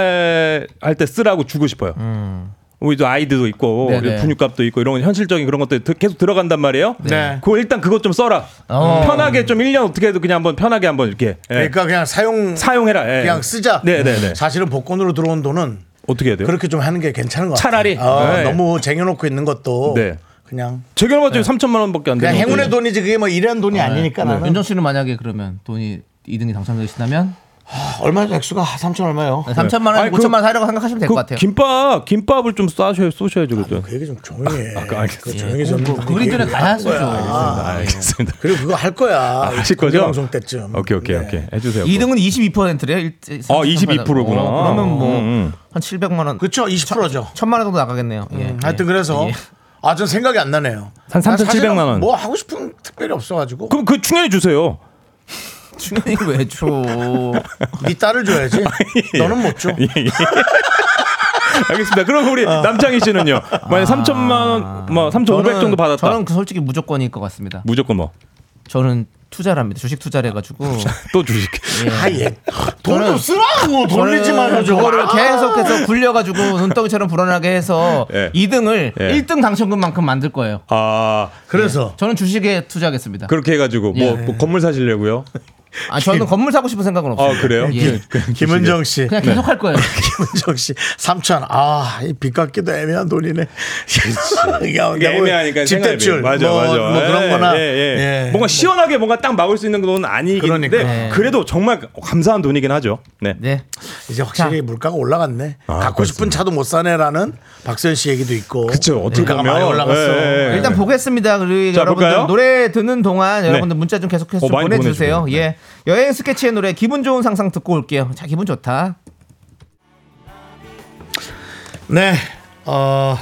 H: 생활할 때 쓰라고 주고 싶어요.
A: 음.
H: 우리 또 아이들도 있고
E: 네네.
H: 우리 분유값도 있고 이런 현실적인 그런 것들 드- 계속 들어간단 말이에요.
A: 네.
H: 그거 일단 그것 좀 써라.
E: 어.
H: 편하게 좀 1년 어떻게 해도 그냥 한번 편하게 한번 이렇게 예.
A: 그러니까 그냥 사용
H: 사용해라. 예.
A: 그냥 쓰자.
H: 네네네.
A: 사실은 복권으로 들어온 돈은
H: 어떻게 해야 돼요?
A: 그렇게 좀 하는 게 괜찮은 것 같아요.
H: 차라리.
A: 어,
H: 네.
A: 너무 쟁여놓고 있는 것도
H: 네.
A: 그냥
H: 제가 봤더니 3천만 원밖에 안
A: 네. 그냥
H: 되는
A: 행운의
H: 거예요.
A: 돈이지 그게 뭐 이런 돈이 아니니까
H: 네.
A: 나는
E: 네. 윤정 씨는 만약에 그러면 돈이 2등이 당첨되신다면
A: 아, 얼마 액수가 3천 얼마요?
E: 3천만 원,
H: 아니, 그-
E: 5천만 원 사려고 생각하시면 될 것
H: 그
E: 같아요.
H: 김밥 김밥을 좀 쏴셔 쏘셔야죠 그죠?
A: 그 얘기 좀 조용히 해.
H: 그 알겠습니다.
A: 그거 조용히 좀.
E: 우리 전에 가야죠.
H: 아, 알겠습니다.
A: 그리고 그거 할 거야.
H: 하실 아, 거죠?
A: 방송 때쯤.
H: 오케이 오케이
A: 네.
H: 오케이 해주세요.
E: 2등은 22%래요. 일,
H: 어, 22% 구나.
E: 그러면 뭐 한
H: 음, 음.
E: 700만 원,
A: 그렇죠. 20%죠.
H: 음.
E: 천만 원 정도 나가겠네요. 예.
A: 하여튼 그래서
E: 예.
A: 아, 전 생각이 안 나네요.
H: 한3,700만
A: 사실은
H: 원.
A: 뭐 하고 싶은 특별히 없어가지고.
H: 그럼 그 충현이 주세요.
E: 충현이 왜 줘?
H: <laughs>
A: 네 딸을 줘야지. 너는 못 줘.
H: 예, 예. 알겠습니다. 그럼 우리
A: 아.
H: 남창희 씨는요. 만약 3천만 원, 뭐 3,500 정도 받았다.
E: 저는 그 솔직히 무조건일 것 같습니다.
H: 무조건 뭐 또
E: 저는 투자를 합니다. 주식
H: <laughs>
E: 투자를 해가지고
H: 주식.
A: 아, 예. 돈도 쓰라고 돌리지 말고 저거를
E: 저거를
H: 아!
E: 계속해서 굴려가지고 눈덩이처럼 불어나게 해서
H: 예.
E: 2등을
H: 예.
E: 1등 당첨금만큼 만들 거예요.
H: 아
A: 그래서
E: 저는 주식에 투자하겠습니다.
H: 그렇게 해가지고 뭐,
E: 예.
H: 뭐 건물 사시려고요.
E: 아, 저는 건물 사고 싶은 생각은
H: 아
E: 없어요.
H: 그래요? 네.
E: 예.
A: 김은정 씨,
E: 그냥 계속 할 거예요.
A: <laughs> 김은정 씨, 삼촌, 아, 이빚 갚기도 애매한 돈이네. <laughs> 그러니까
H: 이게
A: 뭐
H: 애매하니까
A: 집대출,
H: 생활비. 맞아
A: 뭐,
H: 맞아
A: 뭐 그런
H: 예,
A: 거나
H: 예, 예.
A: 예.
H: 뭔가 시원하게 뭔가 딱 막을 수 있는 건 아니긴데
A: 그러니까.
E: 네.
H: 그래도 정말 감사한 돈이긴 하죠. 네.
E: 네.
A: 이제 확실히 물가가 올라갔네.
H: 아,
A: 갖고 싶은 차도 못 사네라는 박선 씨 얘기도 있고.
H: 그쵸, 어떻게
A: 물가가
H: 보면.
A: 많이 올라갔어.
H: 예, 예, 예.
E: 일단 보겠습니다. 그리고
H: 자,
E: 여러분들
H: 볼까요? 네.
E: 노래 듣는 동안 여러분들 문자 좀 계속해서
H: 어,
E: 좀
H: 많이
E: 보내주세요.
H: 보내주세요.
E: 예, 여행 스케치의 노래 기분 좋은 상상 듣고 올게요. 자, 기분 좋다.
A: 네, 어,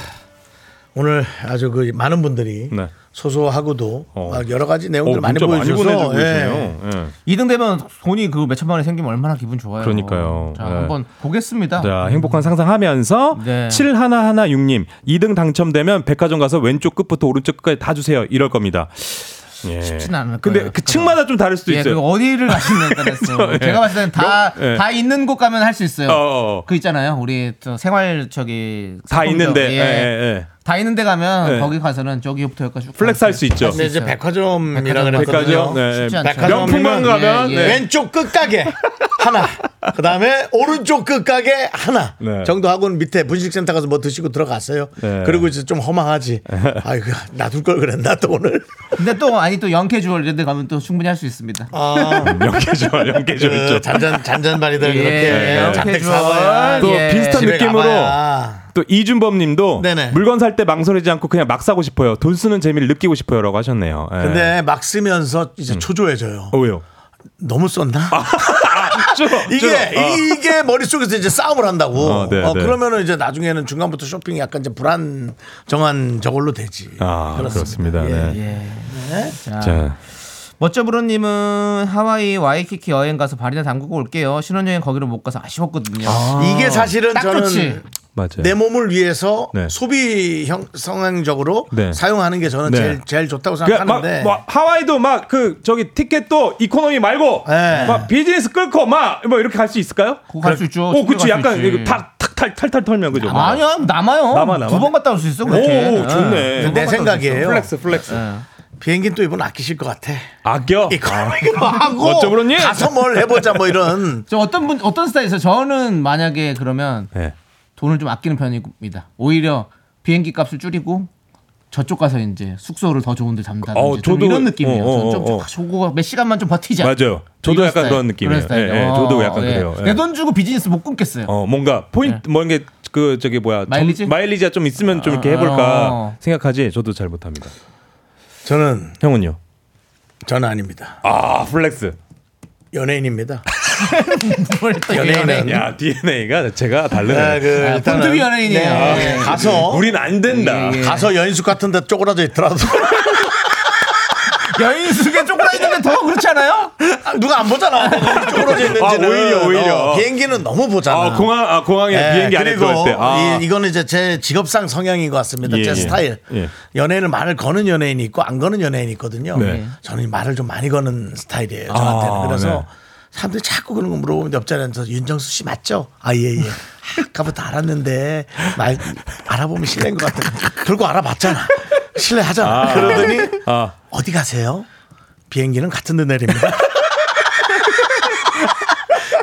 A: 오늘 아주 그 많은 분들이
H: 네.
A: 소소하고도
H: 어.
A: 막 여러 가지
H: 어,
A: 내용들 을 많이
H: 문자 많이
A: 보여주셔서
H: 보내주고 계시네요. 예.
E: 2등 되면 돈이 그 몇천만 원이 생기면 얼마나 기분 좋아요.
H: 그러니까요.
E: 자,
H: 네.
E: 한번 보겠습니다.
H: 자, 행복한 상상하면서
E: 네.
H: 7116님 2등 당첨되면 백화점 가서 왼쪽 끝부터 오른쪽 끝까지 다 주세요. 이럴 겁니다. 예.
E: 쉽진 않을
H: 근데
E: 거예요.
H: 그 층마다 좀 다를 수도
E: 네. 예,
H: 있어요.
E: 그리고 어디를 가시는
H: 저, <laughs> 예.
E: 거랬어요. 제가 봤을 때는 다,
H: 명- 예.
E: 다 있는 곳 가면 할 수 있어요.
H: 어, 어, 어.
E: 그 있잖아요. 우리 저 생활 저기
H: 다
E: 상품점.
H: 있는데.
E: 예.
H: 예, 예, 예.
E: 다 있는데 가면
H: 예.
E: 거기 가서는 저기부터 여기까지 쭉
H: 플렉스 할 수 있죠.
A: 근데 이제 백화점이라
E: 백화점.
A: 네, 그랬거든요.
H: 백화점. 네.
E: 쉽지 않죠.
H: 명품만
E: 예,
H: 가면
E: 예.
H: 네. <laughs>
A: 왼쪽 끝 가게 하나. 그 다음에 오른쪽 끝 가게 하나
H: 네.
A: 정도 하고는 밑에 분식센터 가서 뭐 드시고 들어갔어요.
H: 네.
A: 그리고 이제
H: <laughs>
A: 좀 허망하지. 아이고 놔둘 걸 그랬나 또 오늘.
E: 근데 또 아니 또 영케 주얼 이런 데 가면 또 충분히 할 수
H: 아,
E: 있습니다.
A: 아,
H: <laughs> 연계절 연계절 있죠. 네.
A: 그 잔잔 잔잔바리들
E: 예,
A: 그렇게
E: 영케
A: 잔뜩
E: 주얼.
A: 사와야
H: 또
E: 예.
H: 비슷한
A: 집에
H: 느낌으로
A: 가봐야.
H: 또 이준범 님도
A: 네네.
H: 물건 살 때 망설이지 않고 그냥 막 사고 싶어요. 돈 쓰는 재미를 느끼고 싶어요라고 하셨네요. 예.
A: 근데 막 쓰면서 이제 초조해져요.
H: 어, 왜요?
A: 너무 썼나?
H: 아, 쭉, 쭉.
A: 아, 이게
H: 어.
A: 이게 머릿속에서 이제 싸움을 한다고.
H: 어, 네,
A: 어,
H: 네.
A: 그러면은 이제 나중에는 중간부터 쇼핑이 약간 이제 불안정한 저걸로 되지.
H: 아, 그렇습니다. 네.
E: 예.
H: 자.
E: 멋져부른님은 하와이 와이키키 여행 가서 발이나 담그고 올게요. 신혼여행 거기로 못 가서 아쉬웠거든요.
A: 이게 사실은
E: 딱
A: 저는
E: 좋지.
H: 맞아요.
A: 내 몸을 위해서
H: 네.
A: 소비 형 성향적으로
H: 네.
A: 사용하는 게 저는
H: 네.
A: 제일 제일 좋다고
H: 그러니까 막,
A: 생각하는데.
H: 뭐 하와이도 막 그 저기 티켓도 이코노미 말고
A: 예.
H: 막 비즈니스 끌고 막 뭐 이렇게 갈 수 있을까요?
E: 그거 갈수 있죠.
H: 오, 그치
E: 충분히 갈수
H: 약간
E: 있지.
H: 이거 탁, 탁, 탈, 탈탈 털면 그죠?
E: 아니야 남아요.
H: 남아, 남아.
E: 두 번 갔다 올 수 있어 그렇게.
H: 오, 좋네.
E: 예, 두번
A: 내
E: 갔다 올수
A: 생각이에요.
H: 플렉스, 플렉스.
E: 네.
A: 비행기 는또 이번 아끼실 것 같아.
H: 아껴.
A: 이거 하고
H: 어쩌 그러니?
A: 가서 뭘 해보자
H: <laughs>
A: 뭐 이런.
E: 있어. 저 어떤 분 어떤 스타일이세요? 저는 만약에 그러면
H: 네.
E: 돈을 좀 아끼는 편입니다. 오히려 비행기 값을 줄이고 저쪽 가서 이제 숙소를 더 좋은 데 잡는다든지
H: 어,
E: 좀
H: 저도-
E: 이런 느낌이에요.
H: 어, 어,
E: 저는 좀,
H: 어,
E: 좀
H: 어.
E: 저거 몇 시간만 좀 버티자.
H: 맞아요. 저도
E: 이런
H: 약간
E: 스타일,
H: 그런 느낌이에요.
E: 그런 스타일.
H: 예, 예,
E: 어,
H: 저도 약간
E: 예.
H: 그래요. 예.
E: 내 돈 주고 비즈니스 못 끊겠어요. <laughs>
H: 어, 뭔가 포인트, 뭔게 그 저기 뭐야. 점-
E: 예. 마일리지?
H: 마일리지가 좀 있으면 좀 이렇게 해볼까
E: 어.
H: 생각하지 저도 잘 못합니다.
A: 저는
H: 형은요?
A: 저는 아닙니다.
H: 아, 플렉스.
A: 연예인입니다.
E: 뭘 또
A: 연예인은
H: 야, DNA가 제가
A: 아,
H: 다르네.
A: 그 일단은
E: 본투비 연예인이에요.
A: 네,
E: 예.
A: 가서
H: 우린 안 된다.
E: 예, 예.
A: 가서 연수 같은 데 쪼그라져 있더라도
E: 여인숙에 쪼그라있는데 더 그렇지 않아요?
A: 아, 누가 안 보잖아. 쪼그라져 있는지는
H: 아, 오히려, 오히려.
A: 어, 비행기는 너무 보잖아.
H: 아, 공항, 아, 공항에
A: 예,
H: 비행기 안에
A: 그리고
H: 들어갈 때. 아.
A: 이, 이거는 이제 제 직업상 성향인 것 같습니다.
H: 예,
A: 제
H: 예.
A: 스타일.
H: 예.
A: 연예인을 말을 거는 연예인이 있고 안 거는 연예인이 있거든요.
H: 네.
A: 저는 이 말을 좀 많이 거는 스타일이에요. 저한테는.
H: 아,
A: 그래서
H: 네.
A: 사람들이 자꾸 그런 거 물어보는데 옆자리에서 윤정수 씨 맞죠? 아, 예, 예. 아, 아까부터 알았는데 말 알아보면 실례인 것 같아. 결국 알아봤잖아. 실례하잖아. 그러더니
H: 아.
A: 어디 가세요? 비행기는 같은 데 내립니다. <laughs>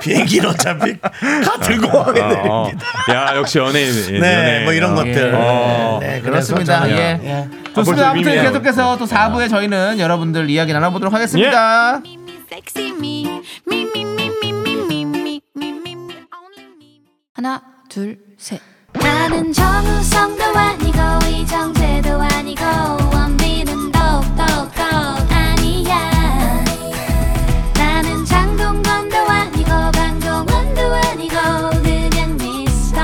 A: 비행기는 어차피 같은 공항에
H: 어.
A: 내립니다.
H: 야 역시 연예인. 예,
A: 네,
H: 연예인.
A: 뭐 이런
H: 어.
A: 것들.
H: 어.
A: 네, 그래서
E: 그렇습니다.
A: 저는
E: 예.
H: 벌써
E: 좋습니다. 아무튼
H: 의미네요.
E: 계속해서 또 4부에 저희는 여러분들 이야기 나눠보도록 하겠습니다.
F: Sexy me, me, me, me, me, me, me, me, me, me, me, only me.
I: 하나, 둘, 셋.
F: 나는 정우성도 아니고 이정재도 아니고 원빈은 더욱더 아니야 나는 장동건도 아니고 강동원도 아니고 그냥 미스터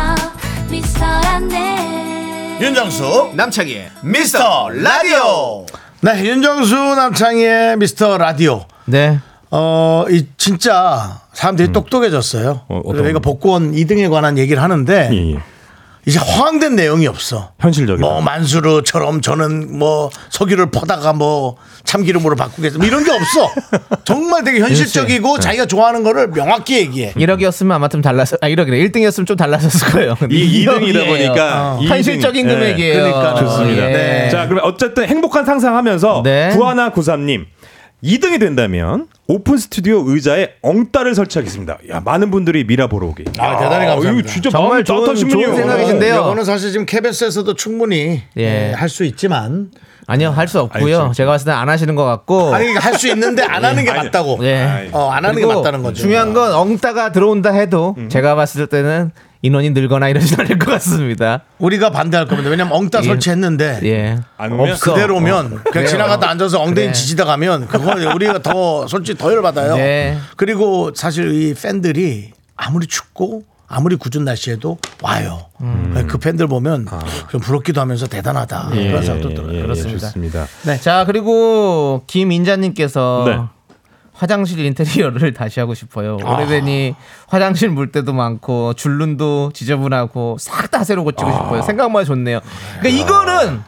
F: 미스터란데
A: 윤정수
B: 윤정수
E: 남창희의
B: 미스터 라디오
A: 네, 윤정수 남창희의 미스터 라디오.
E: 네.
A: 어, 이 진짜 사람들이 똑똑해졌어요.
H: 어, 어떤-
A: 그래서 저희가 복권 2등에 관한 얘기를 하는데
H: 예, 예.
A: 이제 허황된 내용이 없어.
H: 현실적이다.
A: 뭐 만수르처럼 저는 뭐 석유를 퍼다가 뭐 참기름으로 바꾸겠어. 뭐 이런 게 없어. 정말 되게 현실적이고 자기가 좋아하는 거를 명확히 얘기해.
E: 1억이었으면 아마좀 달라서 아 1억이래 1등이었으면 좀 달라졌을 거예요. 근데
H: 이 2등이다
E: <laughs> 2억이에요.
H: 보니까
E: 어.
H: 이
E: 현실적인
H: 등, 예.
E: 금액이에요.
A: 그러니까
H: 좋습니다.
E: 예.
A: 네.
H: 자, 그럼 어쨌든 행복한 상상하면서
E: 네.
H: 구하나 구삼님 2등이 된다면 오픈 스튜디오 의자에 엉따를 설치하겠습니다. 야, 많은 분들이 미라 보러 오기.
A: 아, 대단히 감사합니다.
H: 이거 진짜
E: 정말
H: 마음이
E: 좋은-
H: 따뜻하신
E: 좋은
H: 분이에요.
E: 생각이신데. 근데요.
A: 이거는 사실 지금 KBS에서도 충분히
E: 예.
A: 할 수 있지만
E: 아니요 할 수 없고요.
H: 알죠.
E: 제가 봤을 땐 안 하시는 것
B: 어.
E: 같고.
A: 아니 그러니까 할 수 있는데 안 하는 게
H: 아니,
A: 맞다고.
E: 예.
A: 어, 안 하는 게
E: 그리고
A: 맞다는 거죠.
E: 중요한 건 엉따가 들어온다 해도
H: 음.
E: 제가 봤을 때는 인원이 늘거나 이러진 않을 것 같습니다.
A: 우리가 반대할 겁니다. 왜냐면 엉따
E: 예.
A: 설치했는데
E: 예.
H: 안 오면?
E: 없어.
A: 그대로면 그냥
E: 그래요.
A: 지나가다 앉아서 엉덩이
E: 그래.
A: 지지다 가면 그건 우리가 더 솔직히 더 열받아요.
E: 네.
A: 그리고 사실 이 팬들이 아무리 춥고 아무리 굳은 날씨에도 와요.
E: 음.
A: 그 팬들 보면
E: 아.
A: 좀 부럽기도 하면서 대단하다
H: 예,
A: 그런 생각도 들어요.
H: 예, 예,
E: 그렇습니다.
H: 좋습니다.
E: 네. 자 그리고 김인자님께서
H: 네.
E: 화장실 인테리어를 <laughs> 다시 하고 싶어요. 오래되니 화장실 물때도 많고 줄눈도 지저분하고 싹 다 새로 고치고
H: 아.
E: 싶어요. 생각만 좋네요. 그러니까 이거는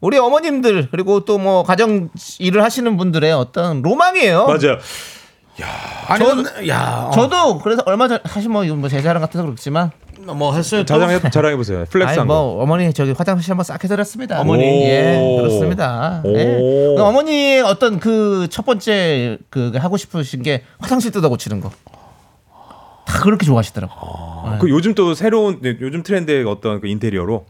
E: 우리 어머님들 그리고 또 뭐 가정 일을 하시는 분들의 어떤 로망이에요.
H: 맞아요.
A: 아니, 근데- 야, 어,
E: 저도 그래서 얼마 전 사실 뭐, 이건 뭐 제자랑 같은 거 그렇지만
A: 뭐 했어요. 또?
H: 자랑해 자랑해 보세요. 플렉스
E: 아니
H: 한 거.
E: 뭐 어머니 저기 화장실 한번 싹 해드렸습니다.
H: 어머니.
E: 예
H: 오.
E: 그렇습니다. 예.
H: 오.
E: 어머니의 어떤 그 첫 번째 그 하고 싶으신 게 화장실 뜯어 고치는 거. 다 그렇게 좋아하시더라고.
H: 그 요즘 또 새로운 네, 요즘 트렌드의 어떤 그 인테리어로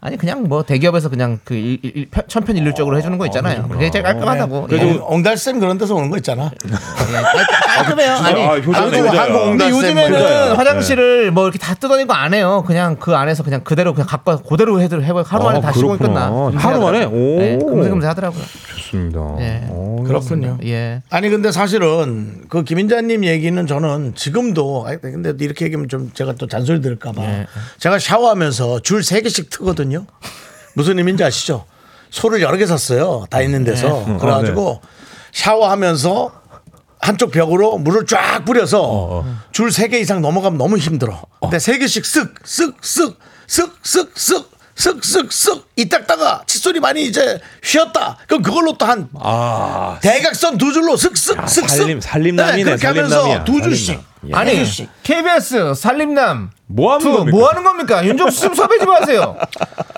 E: 아니 그냥 뭐 대기업에서 그냥 그 일- 일- 편- 천편일률적으로 해주는 거 있잖아요. 그게 제일
H: 네.
E: 깔끔하다고. 예.
A: 엉- 엉달쌤 그런 데서 오는 거 있잖아.
E: 예, 깔- 깔끔해요. 아니
H: 아, 그 효자네,
A: 한국-
H: 효자야.
A: 한국 엉-
E: 근데
A: 엉달쌤 뭐
E: 요즘에는
A: 이런.
E: 화장실을
H: 네.
E: 뭐 이렇게 다 뜯어내고 안 해요. 그냥 그 안에서 그냥 그대로 그냥 갖고 와서 그대로 해도 해봐 하루 만에
H: 아,
E: 다 시공이
H: 그렇구나.
E: 끝나.
H: 하루 만에? 오.
E: 네, 금세금세 하더라고요.
H: 좋습니다.
E: 예.
H: 네, 어,
A: 그렇군요.
E: 예.
A: 아니 근데 사실은 그 김인자님 얘기는 저는 지금도 아니, 근데 이렇게 얘기하면 좀 제가 또 잔소리 들을까봐
E: 예.
A: 제가 샤워하면서 줄 세 개씩 트거든요. 무슨 의미인지 아시죠? 소를 여러 개 샀어요. 다 있는 데서 그래가지고 샤워하면서 한쪽 벽으로 물을 쫙 뿌려서 줄 세 개 이상 넘어가면 너무 힘들어. 근데 세 개씩 쓱쓱쓱쓱쓱쓱쓱 쓱쓱쓱 이따다가 칫솔이 많이 이제 휘었다. 그럼 그걸로 또한
H: 아,
A: 대각선 두 줄로 슥슥 슥슥
H: 살림- 살림남이네,
A: 그렇게 하면서
H: 살림남이야.
A: 두 줄씩
H: 살림남. 예.
A: 아니
E: 아니 KBS 살림남
H: 뭐 하는
E: 투,
H: 겁니까?
E: 뭐 하는 겁니까? 윤종수 좀 섭외 좀 하세요.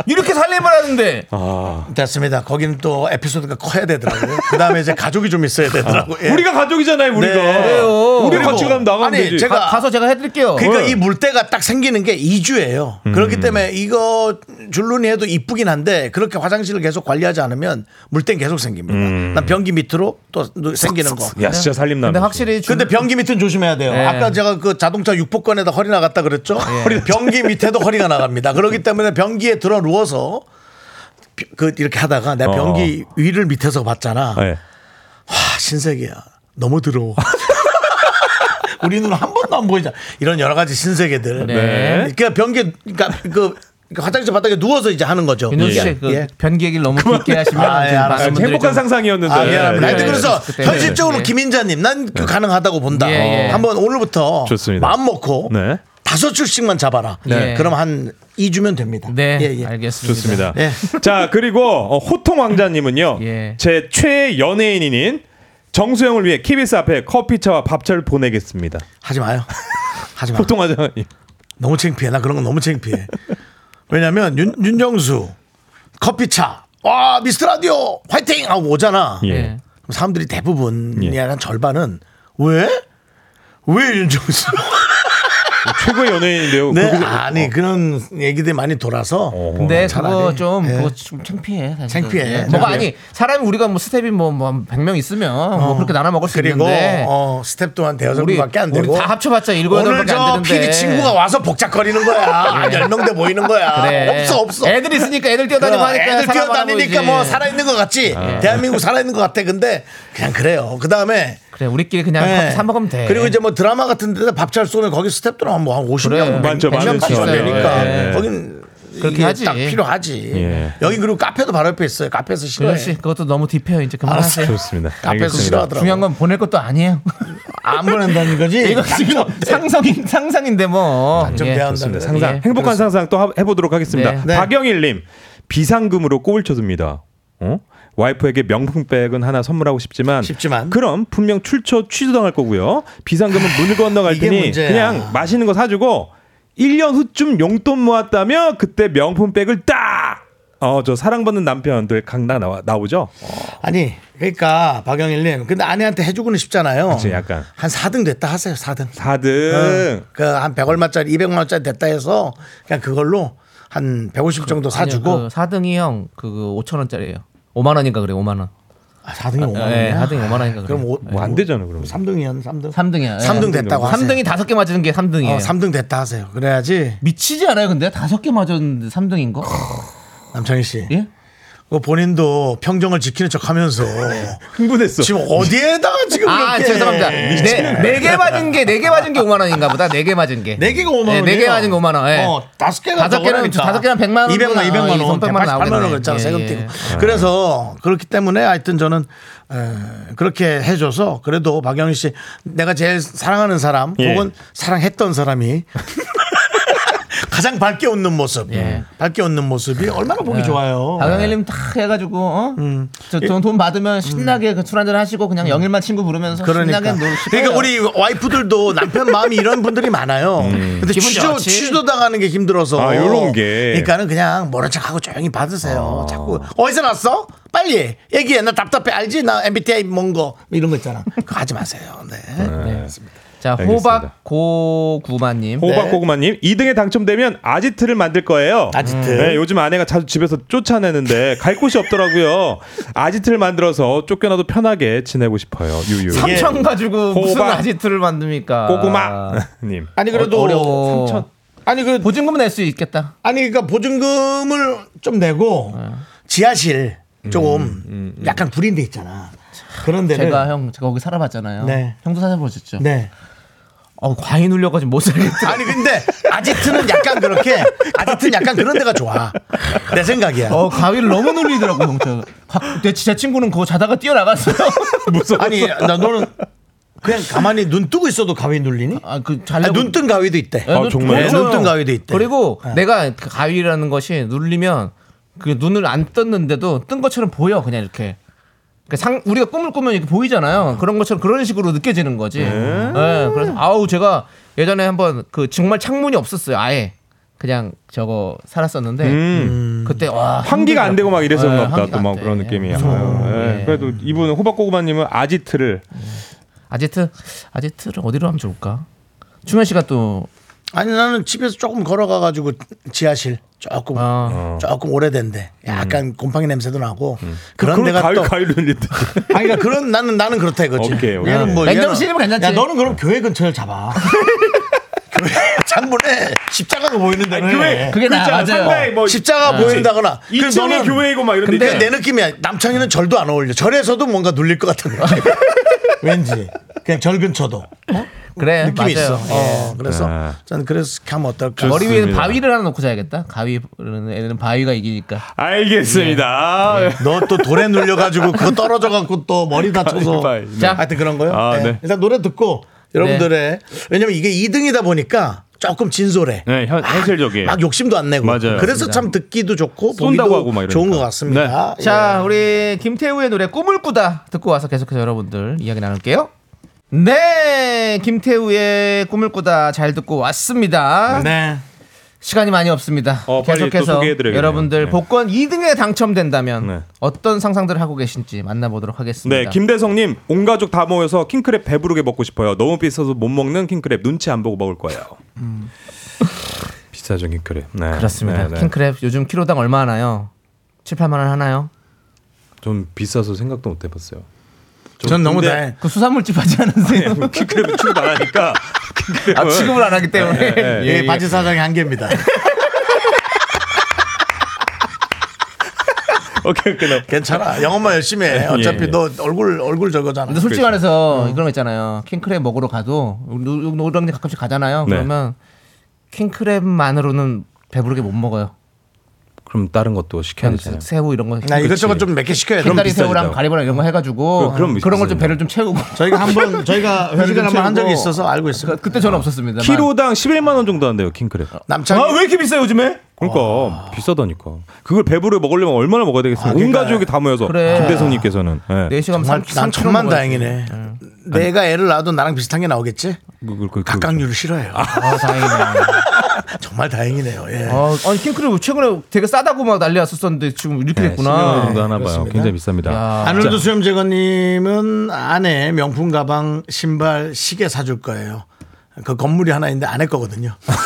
E: 이렇게 살림을 하는데
H: 어. 아,
A: 됐습니다. 거기는 또 에피소드가 커야 되더라고요. 그 다음에 이제 가족이 좀 있어야 되더라고요. 예.
H: 우리가 가족이잖아요, 우리가.
A: 네.
H: 우리
A: 그리고-
H: 같이 가면 나가면
A: 아니,
H: 되지.
A: 제가-
E: 가, 가서 제가 해드릴게요.
H: 어.
A: 그러니까 이 물때가 딱 생기는 게 2주예요.
H: 음.
A: 그렇기 때문에 이거 줄눈이 해도 이쁘긴 한데 그렇게 화장실을 계속 관리하지 않으면 물때는 계속 생깁니다.
H: 음.
A: 난 변기 밑으로 또 생기는 거.
H: 야, 진짜 살림남.
E: 네. 근데 확실히 줄-
A: 근데 변기 밑은 조심해야 돼요.
E: 예.
A: 아까 제가 그 자동차 육폭권에다 허리 나갔다 그랬죠? 허리- 변기 밑에도 허리가 나갑니다.
E: 그렇죠.
A: 그렇기 때문에 변기에 들어 누워서 비- 그 이렇게 하다가 내
H: 어.
A: 변기 위를 밑에서 봤잖아.
H: 예.
A: 아, 신세계야. 너무
E: <laughs>
A: 더러워. 우리 눈 한 번도 안 보이잖아. 이런 여러 가지 신세계들.
E: 네.
A: 그러니까 변기 그러니까 그 화장실 바닥에 누워서 이제 하는 거죠.
E: 윤종수
A: 예.
E: 씨, 그
A: 예.
E: 변기 얘기를 너무 깊게 하시면
A: 아, 예,
E: 지금
A: 알았어요.
E: 많은 분들이
H: 행복한
E: 좀-
H: 상상이었는데.
A: 아, 미안합니다.
E: 네,
A: 하여튼
E: 네,
A: 그래서
E: 네.
A: 현실적으로
E: 네.
A: 김인자님 난 그 가능하다고 본다.
E: 예, 예.
A: 한번 오늘부터
H: 좋습니다.
A: 마음 먹고
H: 네.
A: 다섯 줄씩만 잡아라. 예,
E: 네.
A: 그럼 한 2주면 됩니다.
E: 네,
A: 예, 예.
E: 알겠습니다.
H: 좋습니다.
A: 예.
H: 자, 그리고 어, 호통 왕자님은요.
E: 예.
H: 제 최애 연예인인 정수영을 위해 KBS 앞에 커피차와 밥차를 보내겠습니다.
A: 하지 마요. <laughs>
E: 아.
A: 하지 마.
H: 호통 왕자님.
A: 너무 창피해. 나 그런 거 너무 창피해. 왜냐면 윤, 윤정수 커피차 와 미스터 라디오 화이팅 하고 오잖아.
H: 예.
E: 예.
A: 그럼 사람들이 대부분 이
H: 예.
A: 한 절반은 왜? 왜 윤정수?
E: <laughs>
H: 최고의 연예인인데요.
A: 네,
H: 그렇게-
A: 아니 그런 얘기들이 많이 돌아서
E: 근데
A: 잘하네.
E: 어. 그거 좀
A: 예.
E: 그거 좀 창피해. 사실.
A: 창피해.
E: 예. 뭐가
A: 네.
E: 아니 사람이 우리가 뭐 스텝이 뭐뭐 100명 있으면 뭐 그렇게 나눠 먹을 수
A: 어. 그리고
E: 있는데
A: 어, 스텝 또한 대여섯
E: 우리
A: 명밖에 안 되고
E: 우리 다 합쳐봤자 일곱
A: 오늘
E: 명밖에 안
A: 저
E: 되는데. 예.
A: 피디 친구가 와서 복잡거리는
E: <laughs>
A: 거야. 열 명대 모이는 거야.
E: 그래.
A: 없어 없어.
E: 애들 있으니까 애들 뛰어다니고 어.
A: 그럼
E: 하니까
A: 그러니까 애들
E: 그러니까 사람
A: 뛰어다니니까
E: 알아보이지.
A: 뭐 살아있는 것 같지 대한민국 살아있는 것 같아 근데 그냥 그래요 그 다음에 예.
E: 그래 우리끼리 그냥 밥 사 먹으면 돼.
A: 네. 그리고 이제 뭐 드라마 같은 데다 밥잘 쏘면 거기 스텝들은 뭐한 50명
E: 그래. 예.
H: 많죠, 예. 많죠.
A: 되니까
H: 네.
A: 거긴
E: 그렇게
A: 이게
E: 하지.
A: 딱 필요하지.
H: 예.
A: 여기 그리고 카페도 바로 옆에 있어요. 카페에서 싫어해.
E: 그렇지. 그것도 너무 딥해요. 이제
A: 뭐 알았어요.
E: 그만하세요.
H: 좋습니다.
A: 카페에서
H: 알겠습니다.
A: 싫어하더라고.
E: 중요한 건 보낼 것도 아니에요.
A: 안 보낸다는 거지. 아,
E: 이거 지금 상상인 상상인데 뭐.
A: 네. 좀
E: 예.
A: 대한다는 거지.
H: 상상
E: 예,
H: 행복한 상상 또 하- 해보도록 하겠습니다.
E: 네.
A: 네.
H: 박영일님 비상금으로 꿈을 쳐줍니다. 어? 와이프에게 명품백은 하나 선물하고 싶지만,
A: 싶지만.
H: 그럼 분명 출처 취소당할 거고요. 비상금은 문을 건너갈
A: 아, 이게
H: 테니
A: 문제야.
H: 그냥 맛있는 거 사주고 1년 후쯤 용돈 모았다며 그때 명품백을 딱. 어, 저 사랑받는 남편들 강당 나와, 나오죠?
A: 아니 그러니까 박영일님 근데 아내한테 해주고는 싶잖아요.
H: 그치, 약간.
A: 한 4등 됐다 하세요 4등.
H: 4등.
A: 그 한 100얼마짜리 200만원짜리 됐다 해서 그냥 그걸로 한 150 정도 사주고
E: 그 4등이 형 그 5천 원짜리예요. 5만 원인가 그래. 5만 원.
A: 아, 4등이 5만
E: 예,
A: 원이야?
E: 4등이 5만 원인가 그래.
A: 그럼 오,
H: 뭐 안 되잖아, 그러면.
A: 3등이야 3등.
E: 3등이야.
A: 삼등 됐다고 하세요.
E: 3등이 다섯 개 맞은 게 3등이에요.
A: 어, 3등 됐다 하세요. 그래야지
E: 미치지 않아요, 근데? 다섯 개 맞았는데 3등인 거?
A: 남창희 씨.
E: 예?
A: 그 본인도 평정을 지키는
E: <laughs>
A: 척하면서
H: 흥분했어.
A: 지금 어디에다가 지금
E: 아,
A: 그렇게
E: 죄송합니다. 네, 네개 맞은 게, 네 개 맞은 게 5만 원인가 보다. 네 개 맞은 게.
A: 네 개가 5만 원.
E: 네 개 맞은 게 5만 원. 예.
A: 어, 다섯 개가
E: 다섯 개는- 다섯 개는 100만 원
A: 200만 원, 200만 원,
E: 아,
A: 1 8
E: 100만 원
A: 8만 원
E: 나오겠네.
A: 그랬잖아.
E: 예,
A: 세금
E: 예.
A: 떼고. 그래서 그렇기 때문에 하여튼 저는 에, 그렇게 해줘서 그래도 박영희 씨 내가 제일 사랑하는 사람
H: 예.
A: 혹은 사랑했던 사람이 <laughs> 가장 밝게 웃는 모습, 밝게 웃는 모습이 얼마나 보기 좋아요.
E: 예. 네.
A: 네. 음.
E: 박영일님 탁 해가지고 어? 저돈 돈 받으면 신나게 그술 한잔 하시고 그냥 영일만 친구 부르면서
A: 그러니까.
E: 어, 신나게 놀.
A: 그러니까 우리 와이프들도 남편 마음이 이런 분들이 많아요. 근데
E: 기분
A: 취조,
E: 좋지.
A: 취조 당하는 게 힘들어서.
H: 아, 요런 게.
A: 그러니까는 그냥 모른 척하고 조용히 받으세요. 자꾸 어디서 났어? 빨리 얘기해. 나 답답해. 알지? 나 MBTI 뭔 거. 이런 거 있잖아. 그거 하지 마세요. 네.
E: 자
H: 알겠습니다.
E: 호박 고구마님.
A: 네.
H: 호박고구마님 2등에 당첨되면 아지트를 만들 거예요.
A: 아지트.
H: 네, 요즘 아내가 자주 집에서 쫓아내는데 갈 곳이 없더라고요. 아지트를 만들어서 쫓겨나도 편하게 지내고 싶어요. 유유. 예.
A: 삼-
E: 네. 삼천 가지고 무슨
H: 호박.
E: 아지트를 만듭니까?
H: 고구마님.
A: 아니 그래도
E: 어, 어려워.
A: 아니 그
E: 보증금 낼 수 있겠다.
A: 아니 그러니까 보증금을 좀 내고 지하실 조금 약간 구린 데 있잖아. 그런 데를
E: 제가 형 제가 거기 살아봤잖아요.
A: 네.
E: 형도 살아보셨죠?
A: 네.
E: 어 과인 울려가지고
A: <laughs>
E: 못 살겠다.
A: 아니 근데 아지트는 약간 그렇게 아지트는 약간 그런 데가 좋아 내 생각이야
E: 어 가위를 너무 눌리더라고 형저. 제 친구는 그거 자다가 뛰어나갔어요.
A: 아니 나 너는 그냥 가만히 눈 뜨고 있어도 가위 눌리니?
E: 아그
A: 아,
E: 잘려.
H: 뭐.
A: 눈뜬 가위도 있대
E: 예, 눈-
H: 아, 정말요?
A: 네,
E: 그렇죠.
A: 눈뜬 가위도 있대
E: 그리고
H: 네.
E: 내가 그 가위라는 것이 눌리면 그 눈을 안 떴는데도 뜬 것처럼 보여 그냥 이렇게. 그러니까 상, 우리가 꿈을 꾸면 이렇게 보이잖아요. 그런 것처럼 그런 식으로 느껴지는 거지.
H: 네.
E: 예, 그래서 아우 제가 예전에 한번 그 정말 창문이 없었어요. 아예 그냥 저거 살았었는데 그때 와
H: 음. 환기가 안 되고 막 이래서
E: 예,
H: 그런가
E: 환기가
H: 보다. 또막
E: 안 돼.
H: 그런
E: 예.
H: 느낌이야.
E: 무서워.
H: 예,
E: 예.
H: 그래도 이분은 호박고구마님은 아지트를
E: 아제트 아제트를 어디로 하면 좋을까? 충현 씨가 또
A: 아니 나는 집에서 조금 걸어가가지고 지하실 조금
E: 아.
A: 조금 오래된데 약간 곰팡이 냄새도 나고 그런
H: 음. 그런
A: 데가
H: 가위
A: 또
H: 가위로 눌린다.
A: 아니 그러니까 그런 나는 나는 그렇다 이거지
H: 오케이, 오케이.
A: 얘는 뭐
E: 냉정
A: 얘는-
E: 씨름은 괜찮지.
A: 야 너는 그럼 교회 근처를 잡아 <laughs> 교회 장문에 십자가가 보이는 데는
H: 교회
E: 그게 나-
H: 있잖아.
E: 맞아요.
H: 상가에 뭐
A: 십자가 보인다거나 그래서
H: 2층에
A: 너는-
H: 교회이고 막 이런 데
A: 근데
H: 있잖아.
A: 내 느낌이야 남창이는 절도 안 어울려 절에서도 뭔가 눌릴 것 같은 느낌
H: <laughs>
A: 왠지 그냥 절 근처도 어?
E: 그래
A: 느낌이
E: 네, 맞아요.
A: 있어
E: 예.
A: 어, 그래서
H: 아.
A: 저는 그래서 이렇게 하면 어떨까
E: 머리 위에
H: 좋습니다.
E: 바위를 하나 놓고 자야겠다. 가위는 애는 바위가 이기니까.
H: 알겠습니다.
A: 너 또 돌에 눌려가지고 그거 떨어져갖고 또
H: <laughs>
A: 머리 다쳐서
H: 가위바위. 네.
E: 자.
A: 하여튼 그런 거요
H: 아,
A: 네.
H: 네.
A: 일단 노래 듣고 여러분들의
E: 네.
A: 왜냐면 이게 2등이다 보니까 조금 진솔해
H: 네, 현, 현실적이에요.
A: 아, 막 욕심도 안 내고
H: 맞아요.
A: 그래서 참 듣기도 좋고
H: 쏜다고
A: 보기도
H: 하고 막 이러니까. 네.
A: 좋은 것 같습니다 예.
E: 자, 우리 김태우의 노래 꿈을 꾸다 듣고 와서 계속해서 여러분들 이야기 나눌게요. 네, 김태우의 꿈을 꾸다 잘 듣고 왔습니다.
A: 네.
E: 시간이 많이 없습니다.
H: 어, 빨리 또
E: 계속해서
H: 소개해드려야겠네요.
E: 여러분들
H: 네.
E: 복권 2등에 당첨된다면
H: 네.
E: 어떤 상상들을 하고 계신지 만나보도록 하겠습니다.
H: 네, 김대성님 온 가족 다 모여서 킹크랩 배부르게 먹고 싶어요. 너무 비싸서 못 먹는 킹크랩 눈치 안 보고 먹을 거예요. 비싸죠 킹크랩. 네,
E: 음. 그렇습니다.
H: 네, 네.
E: 킹크랩 요즘 키로당 얼마 하나요? 7, 8만 원 하나요?
H: 좀 비싸서 생각도 못 해봤어요.
A: 전 너무
H: 근데
A: 다
E: 그 수산물집 하지 않으세요?
H: <laughs> 뭐 킹크랩 취급 안
A: <laughs>
H: 하니까. 킹크랩은-
E: 아, 취급을 안 하기 때문에.
H: 예,
A: 예, 바지 사장의 한계입니다.
H: 네. 오케이 오케이. 나-
A: 예. 괜찮아. 영업만 열심히 해.
H: <laughs>
A: 어차피
H: 예, 예.
A: 너 얼굴 얼굴 저거잖아.
E: 근데
H: 그렇죠.
E: 솔직히 말해서
H: 음.
E: 그런 거 있잖아요. 킹크랩 먹으러 가도 노- 노량진 가끔씩 가잖아요.
H: 네.
E: 그러면 킹크랩만으로는 배부르게 못 먹어요.
H: 그럼 다른 것도 시켜야 되잖아요.
J: 새우 이런 거.
A: 나 이것저것 좀 몇 개 시켜야 돼.
H: 그렇죠. 그럼
J: 흰다리
H: 비싸지도
J: 새우랑
H: 않고.
J: 가리비랑 이런 거 해가지고
H: 그- 그럼
J: 그런 걸 좀
H: 비싸지도
J: 배를 좀 채우고. <laughs>
A: 저희가 <laughs> 한번 저희가 뭐
J: 배를
A: 회식을
J: 좀
A: 한번 한 적이
J: 채우고.
A: 있어서 알고 있어요. 음.
J: 그때 저는
E: 아,
J: 없었습니다.
H: 키로당 11만 원 정도 한대요 킹크랩.
A: 남창이
H: 이렇게 비싸요 요즘에? 그러니까
E: 아.
H: 비싸다니까. 그걸 배부르 먹으려면 얼마나 먹어야 되겠어요? 온 가족이 다 모여서
J: 그래.
H: 김대성님께서는 예.
E: 네.
J: 4시간
A: 정말
J: 3
A: 난 천만 다행이네. 내가 애를 낳아도 나랑 비슷한 게 나오겠지?
H: 그- 그- 그-
A: 각각류를 싫어해요.
J: 아, 다행이네.
A: <laughs> 정말 다행이네요. 예.
J: 아, 아니 킹크랩 최근에 되게 싸다고 막 난리 났었었는데 지금 이렇게
H: 예, 10만 원
E: 아,
J: 됐구나.
H: 정도 하나 봐요.
A: 그렇습니다.
H: 굉장히 비쌉니다.
A: 아놀드 수염 제거님은 아내 명품 가방, 신발, 시계 사줄 거예요. 그 건물이 하나 있는데 아내 거거든요. <laughs>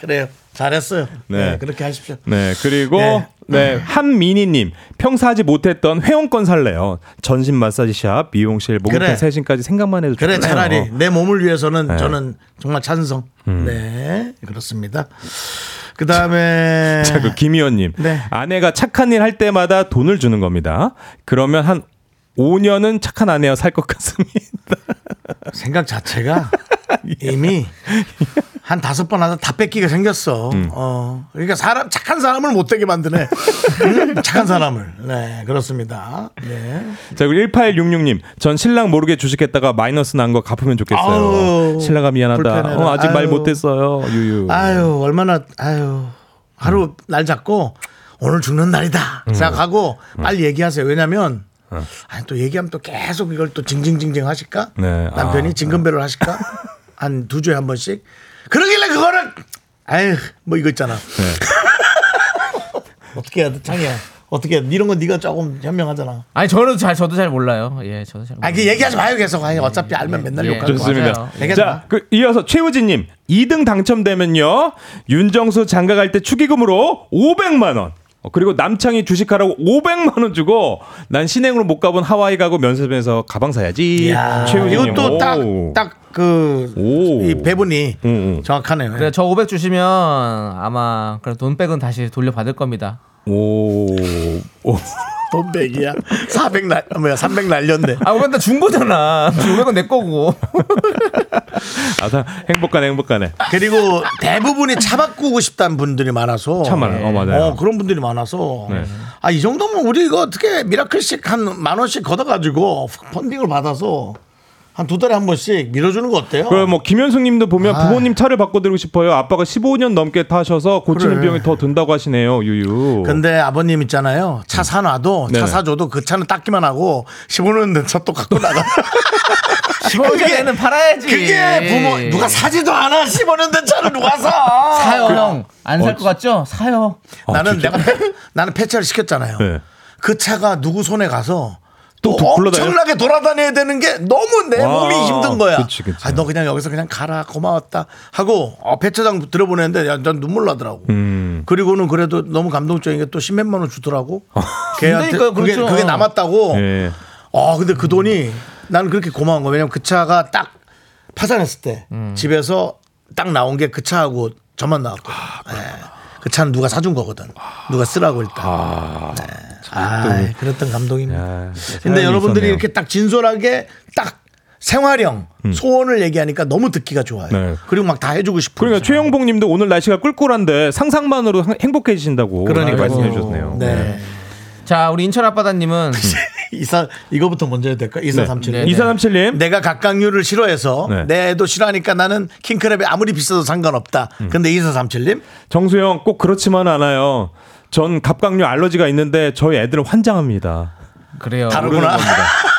A: 그래요. 잘했어요.
H: 네.
A: 네, 그렇게 하십시오.
H: 네 그리고
A: 예.
H: 네, 한민희님 평소 하지 못했던 회원권 살래요. 전신 마사지 샵, 미용실, 목욕탕
A: 그래.
H: 세신까지 생각만 해도
A: 그래
H: 좋네요. 어.
A: 차라리 내 몸을 위해서는
H: 네. 음.
A: 저는 정말 찬성. 네 그렇습니다. 그 다음에
H: <laughs> 자, 그 김희원님
A: 네.
H: 아내가 착한 일 할 때마다 돈을 주는 겁니다. 그러면 한 5년은 착한 아내와 살 것 같습니다. <laughs>
A: 생각 자체가
H: 예.
A: 이미 한 다섯 번 하다 다 뺏기가 생겼어.
H: 음.
A: 어, 그러니까 사람 착한 사람을 못
H: <laughs>
A: 되게 만드네. 음, 착한 사람을. 네, 그렇습니다. 네.
H: 자 그리고 1866님 전 신랑 모르게 주식했다가 마이너스 난 거 갚으면 좋겠어요.
A: 아우,
H: 신랑아 미안하다.
A: 불편해라.
H: 어, 아직 말
A: 아유.
H: 못했어요. 유유.
A: 아유,
H: 음.
A: 얼마나 아유. 하루 날 잡고 오늘 죽는 날이다
H: 음.
A: 생각하고 빨리 얘기하세요. 왜냐면 아니, 또 얘기하면 또 계속 이걸 또 징징징징 하실까?
H: 네,
A: 남편이
H: 아, <laughs>
A: 징금배를 하실까? 한 두 주에 한 번씩. 그러길래 그거를 아유, 뭐 이거 있잖아.
H: 네.
A: <laughs> 어떻게 해야 돼, 창이야? 어떻게 해야 돼? 이런 건 네가 조금 현명하잖아.
J: 아니 저는 잘 저도 잘 몰라요. 예, 저도 잘. 몰라요.
A: 아, 그 얘기하지 마요 계속. 아니, 어차피 알면 맨날
J: 예,
A: 욕하고.
H: 좋습니다.
J: 맞아요.
A: 얘기하지 마.
H: 자, 그 이어서 최우진님 2등 당첨되면요 윤정수 장가 갈 때 축의금으로 500만 원. 어, 그리고 남창이 주식하라고 500만 원 주고 난 신행으로 못 가본 하와이 가고 면세점에서 가방 사야지.
A: 이야,
H: 최우진님
A: 이것도 그,
H: 오. 오. 음.
A: 딱딱그이 배분이
H: 응, 응.
A: 정확하네요.
J: 그래 저 500 주시면 아마 그래 돈 백은 다시 돌려 받을 겁니다.
H: 오. 오.
A: 돈 <laughs> 100이야. 400 날, 어, 뭐야, 300 날렸네.
J: 아, 500 나 준 거잖아. 500은 내 거고.
H: 아사 행복하네 행복하네.
A: 그리고 대부분이 차 바꾸고 싶다는 분들이 많아서.
H: 참 많아요. 어, 맞아요.
A: 어, 그런 분들이 많아서. 아, 이 정도면 우리 이거 어떻게 미라클씩 한 만 원씩 걷어가지고 펀딩을 받아서 한 두 달에 한 번씩 밀어주는 거 어때요?
H: 그럼 뭐 김현숙님도 보면 부모님 차를 바꿔드리고 싶어요. 아빠가 15년 넘게 타셔서 고치는
A: 그래.
H: 비용이 더 든다고 하시네요. 유유.
A: 근데 아버님 있잖아요. 차 사놔도 차
H: 네네.
A: 사줘도 그 차는 닦기만 하고 15년 된 차 또 갖고 나가.
J: 15년 얘는 팔아야지.
A: 그게 부모 누가 사지도 않아 15년 된 차를 누가 사?
J: 사요, 형. 안 살 것 같죠? 사요.
A: 나는 내가 폐- <laughs> 나는 폐차를 시켰잖아요.
H: 어, 네.
A: 그 차가 누구 손에 가서 또,
H: 또 굴러다녀?
A: 엄청나게 돌아다녀야 되는 게 너무 내
H: 와,
A: 몸이 힘든 거야.
H: 그치, 그치.
A: 아, 너 그냥 여기서 그냥 가라 고마웠다 하고 어, 폐차장 들어보냈는데 야, 난 눈물 나더라고.
H: 음.
A: 그리고는 그래도 너무 감동적인 게 또 십몇만 원 주더라고. 걔한테
J: 그러니까요,
A: 그게
J: 그렇죠.
A: 그게 남았다고.
H: 어. 예.
A: 아 근데 그 돈이 나는 그렇게 고마운 거 왜냐면 그 차가 딱 파산했을 때
H: 음.
A: 집에서 딱 나온 게 그 차하고 저만 나왔고
H: 아,
A: 그 차는 누가 사준 거거든 누가 쓰라고 일단 네. 아, 그랬던 감동입니다
H: 아, 사연이
A: 근데 여러분들이
H: 있었네요.
A: 이렇게 딱 진솔하게 딱 생활형 소원을 얘기하니까 너무 듣기가 좋아요
H: 음. 네.
A: 그리고 막 다 해주고 싶고
H: 그러니까 최영복 님도 오늘 날씨가 꿀꿀한데 상상만으로 행- 행복해지신다고
A: 그러니까요.
H: 말씀해 주셨네요.
A: 네.
J: 어, 자, 우리 인천
A: <laughs>
J: 아빠다님은
A: 이사 이거부터 먼저 해야 될까 이사 삼촌
J: 네.
H: 이사남칠님
A: 내가 각각류를 싫어해서
H: 네.
A: 내 애도 싫어하니까 나는 킹크랩이 아무리 비싸도 상관없다. 근데 2437님
H: 정수영 꼭 그렇지만 않아요. 전 갑각류 알러지가 있는데 저희 애들은 환장합니다.
J: 그래요.
A: 다르구나.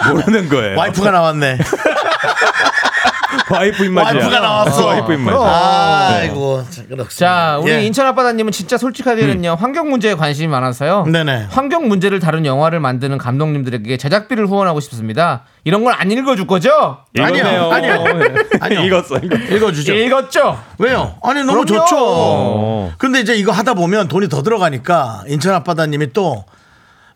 H: 모르는 거예요.
A: <laughs> 와이프가 나왔네.
H: 와이프 입맛이야.
A: 와이프가 나왔어.
H: 와이프 입맛.
A: 아이고 자, 그렇습니다.
J: 자, 우리
A: 네. 예. 음.
J: 인천 아빠다님은 진짜 솔직하게는요, 환경 문제에 관심이 많아서요.
A: 네네.
J: 환경 문제를 다룬 영화를 만드는 감독님들에게 제작비를 후원하고 싶습니다. 이런 걸 안 읽어줄 거죠?
H: 읽었네요. <laughs> 어.
A: 아니요, 아니요.
H: 읽었어. 읽었어.
A: 읽어주죠. 어.
J: 읽었죠?
A: 왜요? 아니 너무
J: 그럼요.
H: 어.
A: 좋죠. 근데 이제 이거 하다 보면 돈이 더 들어가니까 인천 앞바다님이 또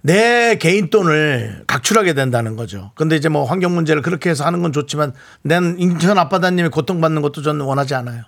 A: 내 개인 돈을 각출하게 된다는 거죠. 근데 이제 뭐 환경 문제를 그렇게 해서 하는
H: <laughs>
A: 건 좋지만 난 인천 앞바다님이 고통받는 것도 저는 원하지 않아요.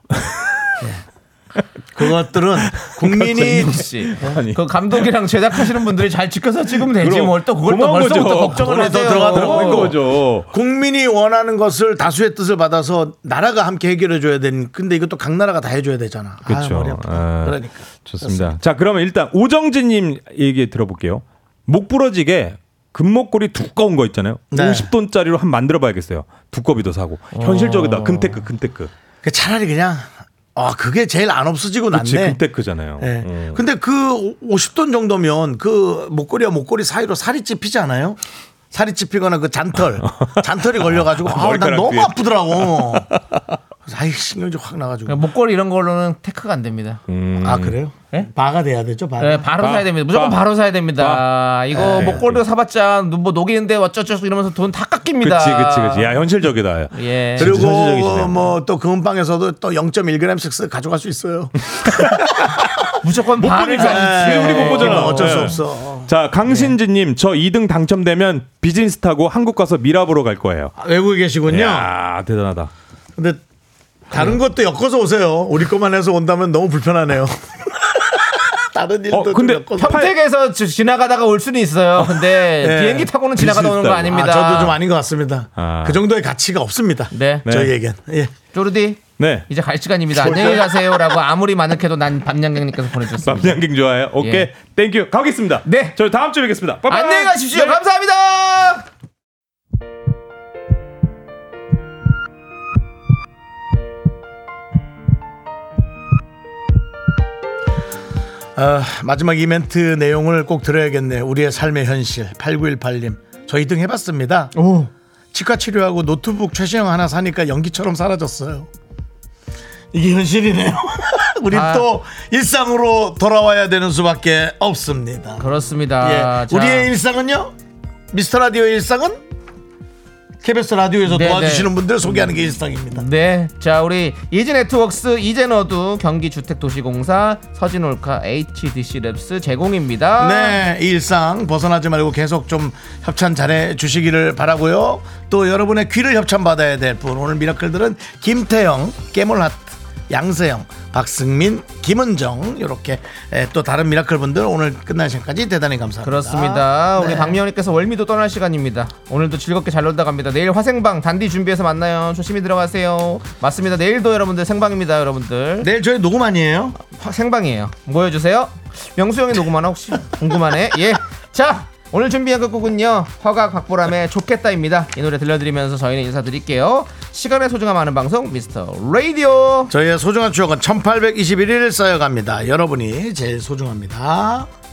A: 예. 그것들은
J: 네,
A: 국민이
E: 씨. 그 감독이랑 제작하시는 분들이 잘 지켜서 찍으면 되지
H: 그럼
E: 뭘 또 그걸 또
H: 고마운 거죠.
E: 벌써부터 걱정을
A: 그거에 더
E: 하세요.
A: 들어가더라고요.
H: 그런 거죠.
A: 국민이 원하는 것을 다수의 뜻을 받아서 나라가 함께 해결해 줘야 되는 근데 이것도 각 나라가 다 해줘야 되잖아.
H: 그렇죠.
A: 아, 머리 아프다.
H: 아.
A: 그러니까
H: 좋습니다. 자, 그러면 일단 오정진님 얘기 들어볼게요. 목 부러지게 금목걸이 두꺼운 거 있잖아요.
A: 네. 어.
H: 50돈짜리로 한 만들어봐야겠어요. 두꺼비도 사고 현실적이다. 금테크, 금테크.
A: 그 차라리 그냥 아 그게 제일 안 없어지고
H: 그치,
A: 낫네.
H: 금테크잖아요.
A: 예.
H: 음.
A: 근데 그 50돈 정도면 그 목걸이와 목걸이 사이로 살이 찝히잖아요. 살이 찝히거나 그
H: <laughs>
A: 잔털, 잔털이 걸려가지고 아우 난
H: 머리카락
A: 너무
H: 뒤에.
A: 아프더라고. 그래서 아이 신경질 확 나가지고.
E: 그러니까 목걸이 이런 걸로는 테크가 안 됩니다.
H: 음.
A: 아 그래요?
E: 예?
A: 바가 돼야 되죠. 바가.
E: 네, 바로
H: 봐.
E: 사야 됩니다. 무조건
H: 봐.
E: 바로 사야 됩니다. 이거
H: 네.
E: 목걸이로 사봤자 뭐 녹이는데 어쩌저쩌 이러면서 돈 다 깎입니다.
H: 그치, 그치, 그치. 야, 현실적이다.
A: 음.
E: 예.
H: 진짜 현실적이시네요.
A: 그리고 뭐 또 금은방에서도 또 0.1g씩 가져갈
H: <laughs>
A: 수 있어요.
E: 무조건 바를
H: 보니까.
E: 사야
H: 네,
E: 돼요.
H: 우리 못 보잖아.
A: 어쩔 수
H: 예.
A: 없어.
H: 자, 강신지님, 저 2등 당첨되면 비즈니스 타고 한국 가서 미라 보러 갈 거예요.
A: 아, 외국에 계시군요.
H: 야 음. 대단하다.
A: 근데 다른 것도 엮어서 오세요. 우리 것만 해서 온다면
H: <laughs>
A: 너무 불편하네요. 다른 일도
H: 어,
A: 좀
H: 근데
A: 엮어서.
E: 평택에서 지- 지나가다가 올 수는 있어요.
H: <laughs>
E: 근데
A: 네.
E: 비행기 타고는
H: 수
E: 지나가다 오는 거
H: 있다고.
E: 아닙니다.
A: 아, 저도 좀 아닌 것 같습니다.
H: 아.
A: 그 정도의 가치가 없습니다.
E: 네.
H: 네.
A: 저희에겐. 예.
E: 쪼르디
H: 네.
E: 이제 갈 시간입니다. 안녕히 가세요라고 아무리 많게도 난 밤양갱님께서
H: <laughs>
E: 보내주셨습니다.
H: 밤양갱 좋아해요? 오케이.
E: 예.
H: 땡큐. 가겠습니다.
E: 네.
H: 저희 다음 주에 뵙겠습니다. 빠이빠이.
E: 안녕히
H: 네.
E: 가십시오. 감사합니다.
A: 아, 마지막 이벤트 내용을 꼭 들어야겠네요. 우리의 삶의 현실. 8918님. 저 2등 해봤습니다. 치과 치료하고 노트북 최신형 하나 사니까 연기처럼 사라졌어요. 이게 현실이네요. <laughs> 우린
E: 아.
A: 또 일상으로 돌아와야 되는 수밖에 없습니다.
E: 그렇습니다.
A: 예.
E: 아, 자,
A: 우리의 일상은요? 미스터 라디오의 일상은? KBS 라디오에서
E: 네,
A: 도와주시는
E: 네.
A: 분들 소개하는 게 일상입니다.
E: 네, 자 우리 이지네트웍스 이젠어두 경기주택도시공사 서진올카 HDC랩스 제공입니다.
A: 네, 이 일상 벗어나지 말고 계속 좀 협찬 잘해 주시기를 바라고요. 또 여러분의 귀를 협찬 받아야 될 분 오늘 미라클들은 김태영, 깨물하트, 양세형, 박승민, 김은정 이렇게 에, 또 다른 미라클 분들 오늘 끝날 시간까지 대단히 감사합니다.
E: 그렇습니다. 우리
A: 네.
E: 박미영님께서 월미도 떠날 시간입니다. 오늘도 즐겁게 잘 놀다 갑니다. 내일 화생방 단디 준비해서 만나요. 조심히 들어가세요. 맞습니다. 내일도 여러분들 생방입니다, 여러분들.
A: 내일 저희 녹음 아니에요?
E: 화- 생방이에요. 모여주세요. 명수 형이 녹음하나 혹시 궁금하네. 예. 자 오늘 준비한 곡은요 허각 박보람의 좋겠다입니다. 이 노래 들려드리면서 저희는 인사드릴게요. 시간의 소중함 아는 방송 미스터 라디오.
A: 저희의 소중한 추억은 1821일 쌓여갑니다. 여러분이 제일 소중합니다.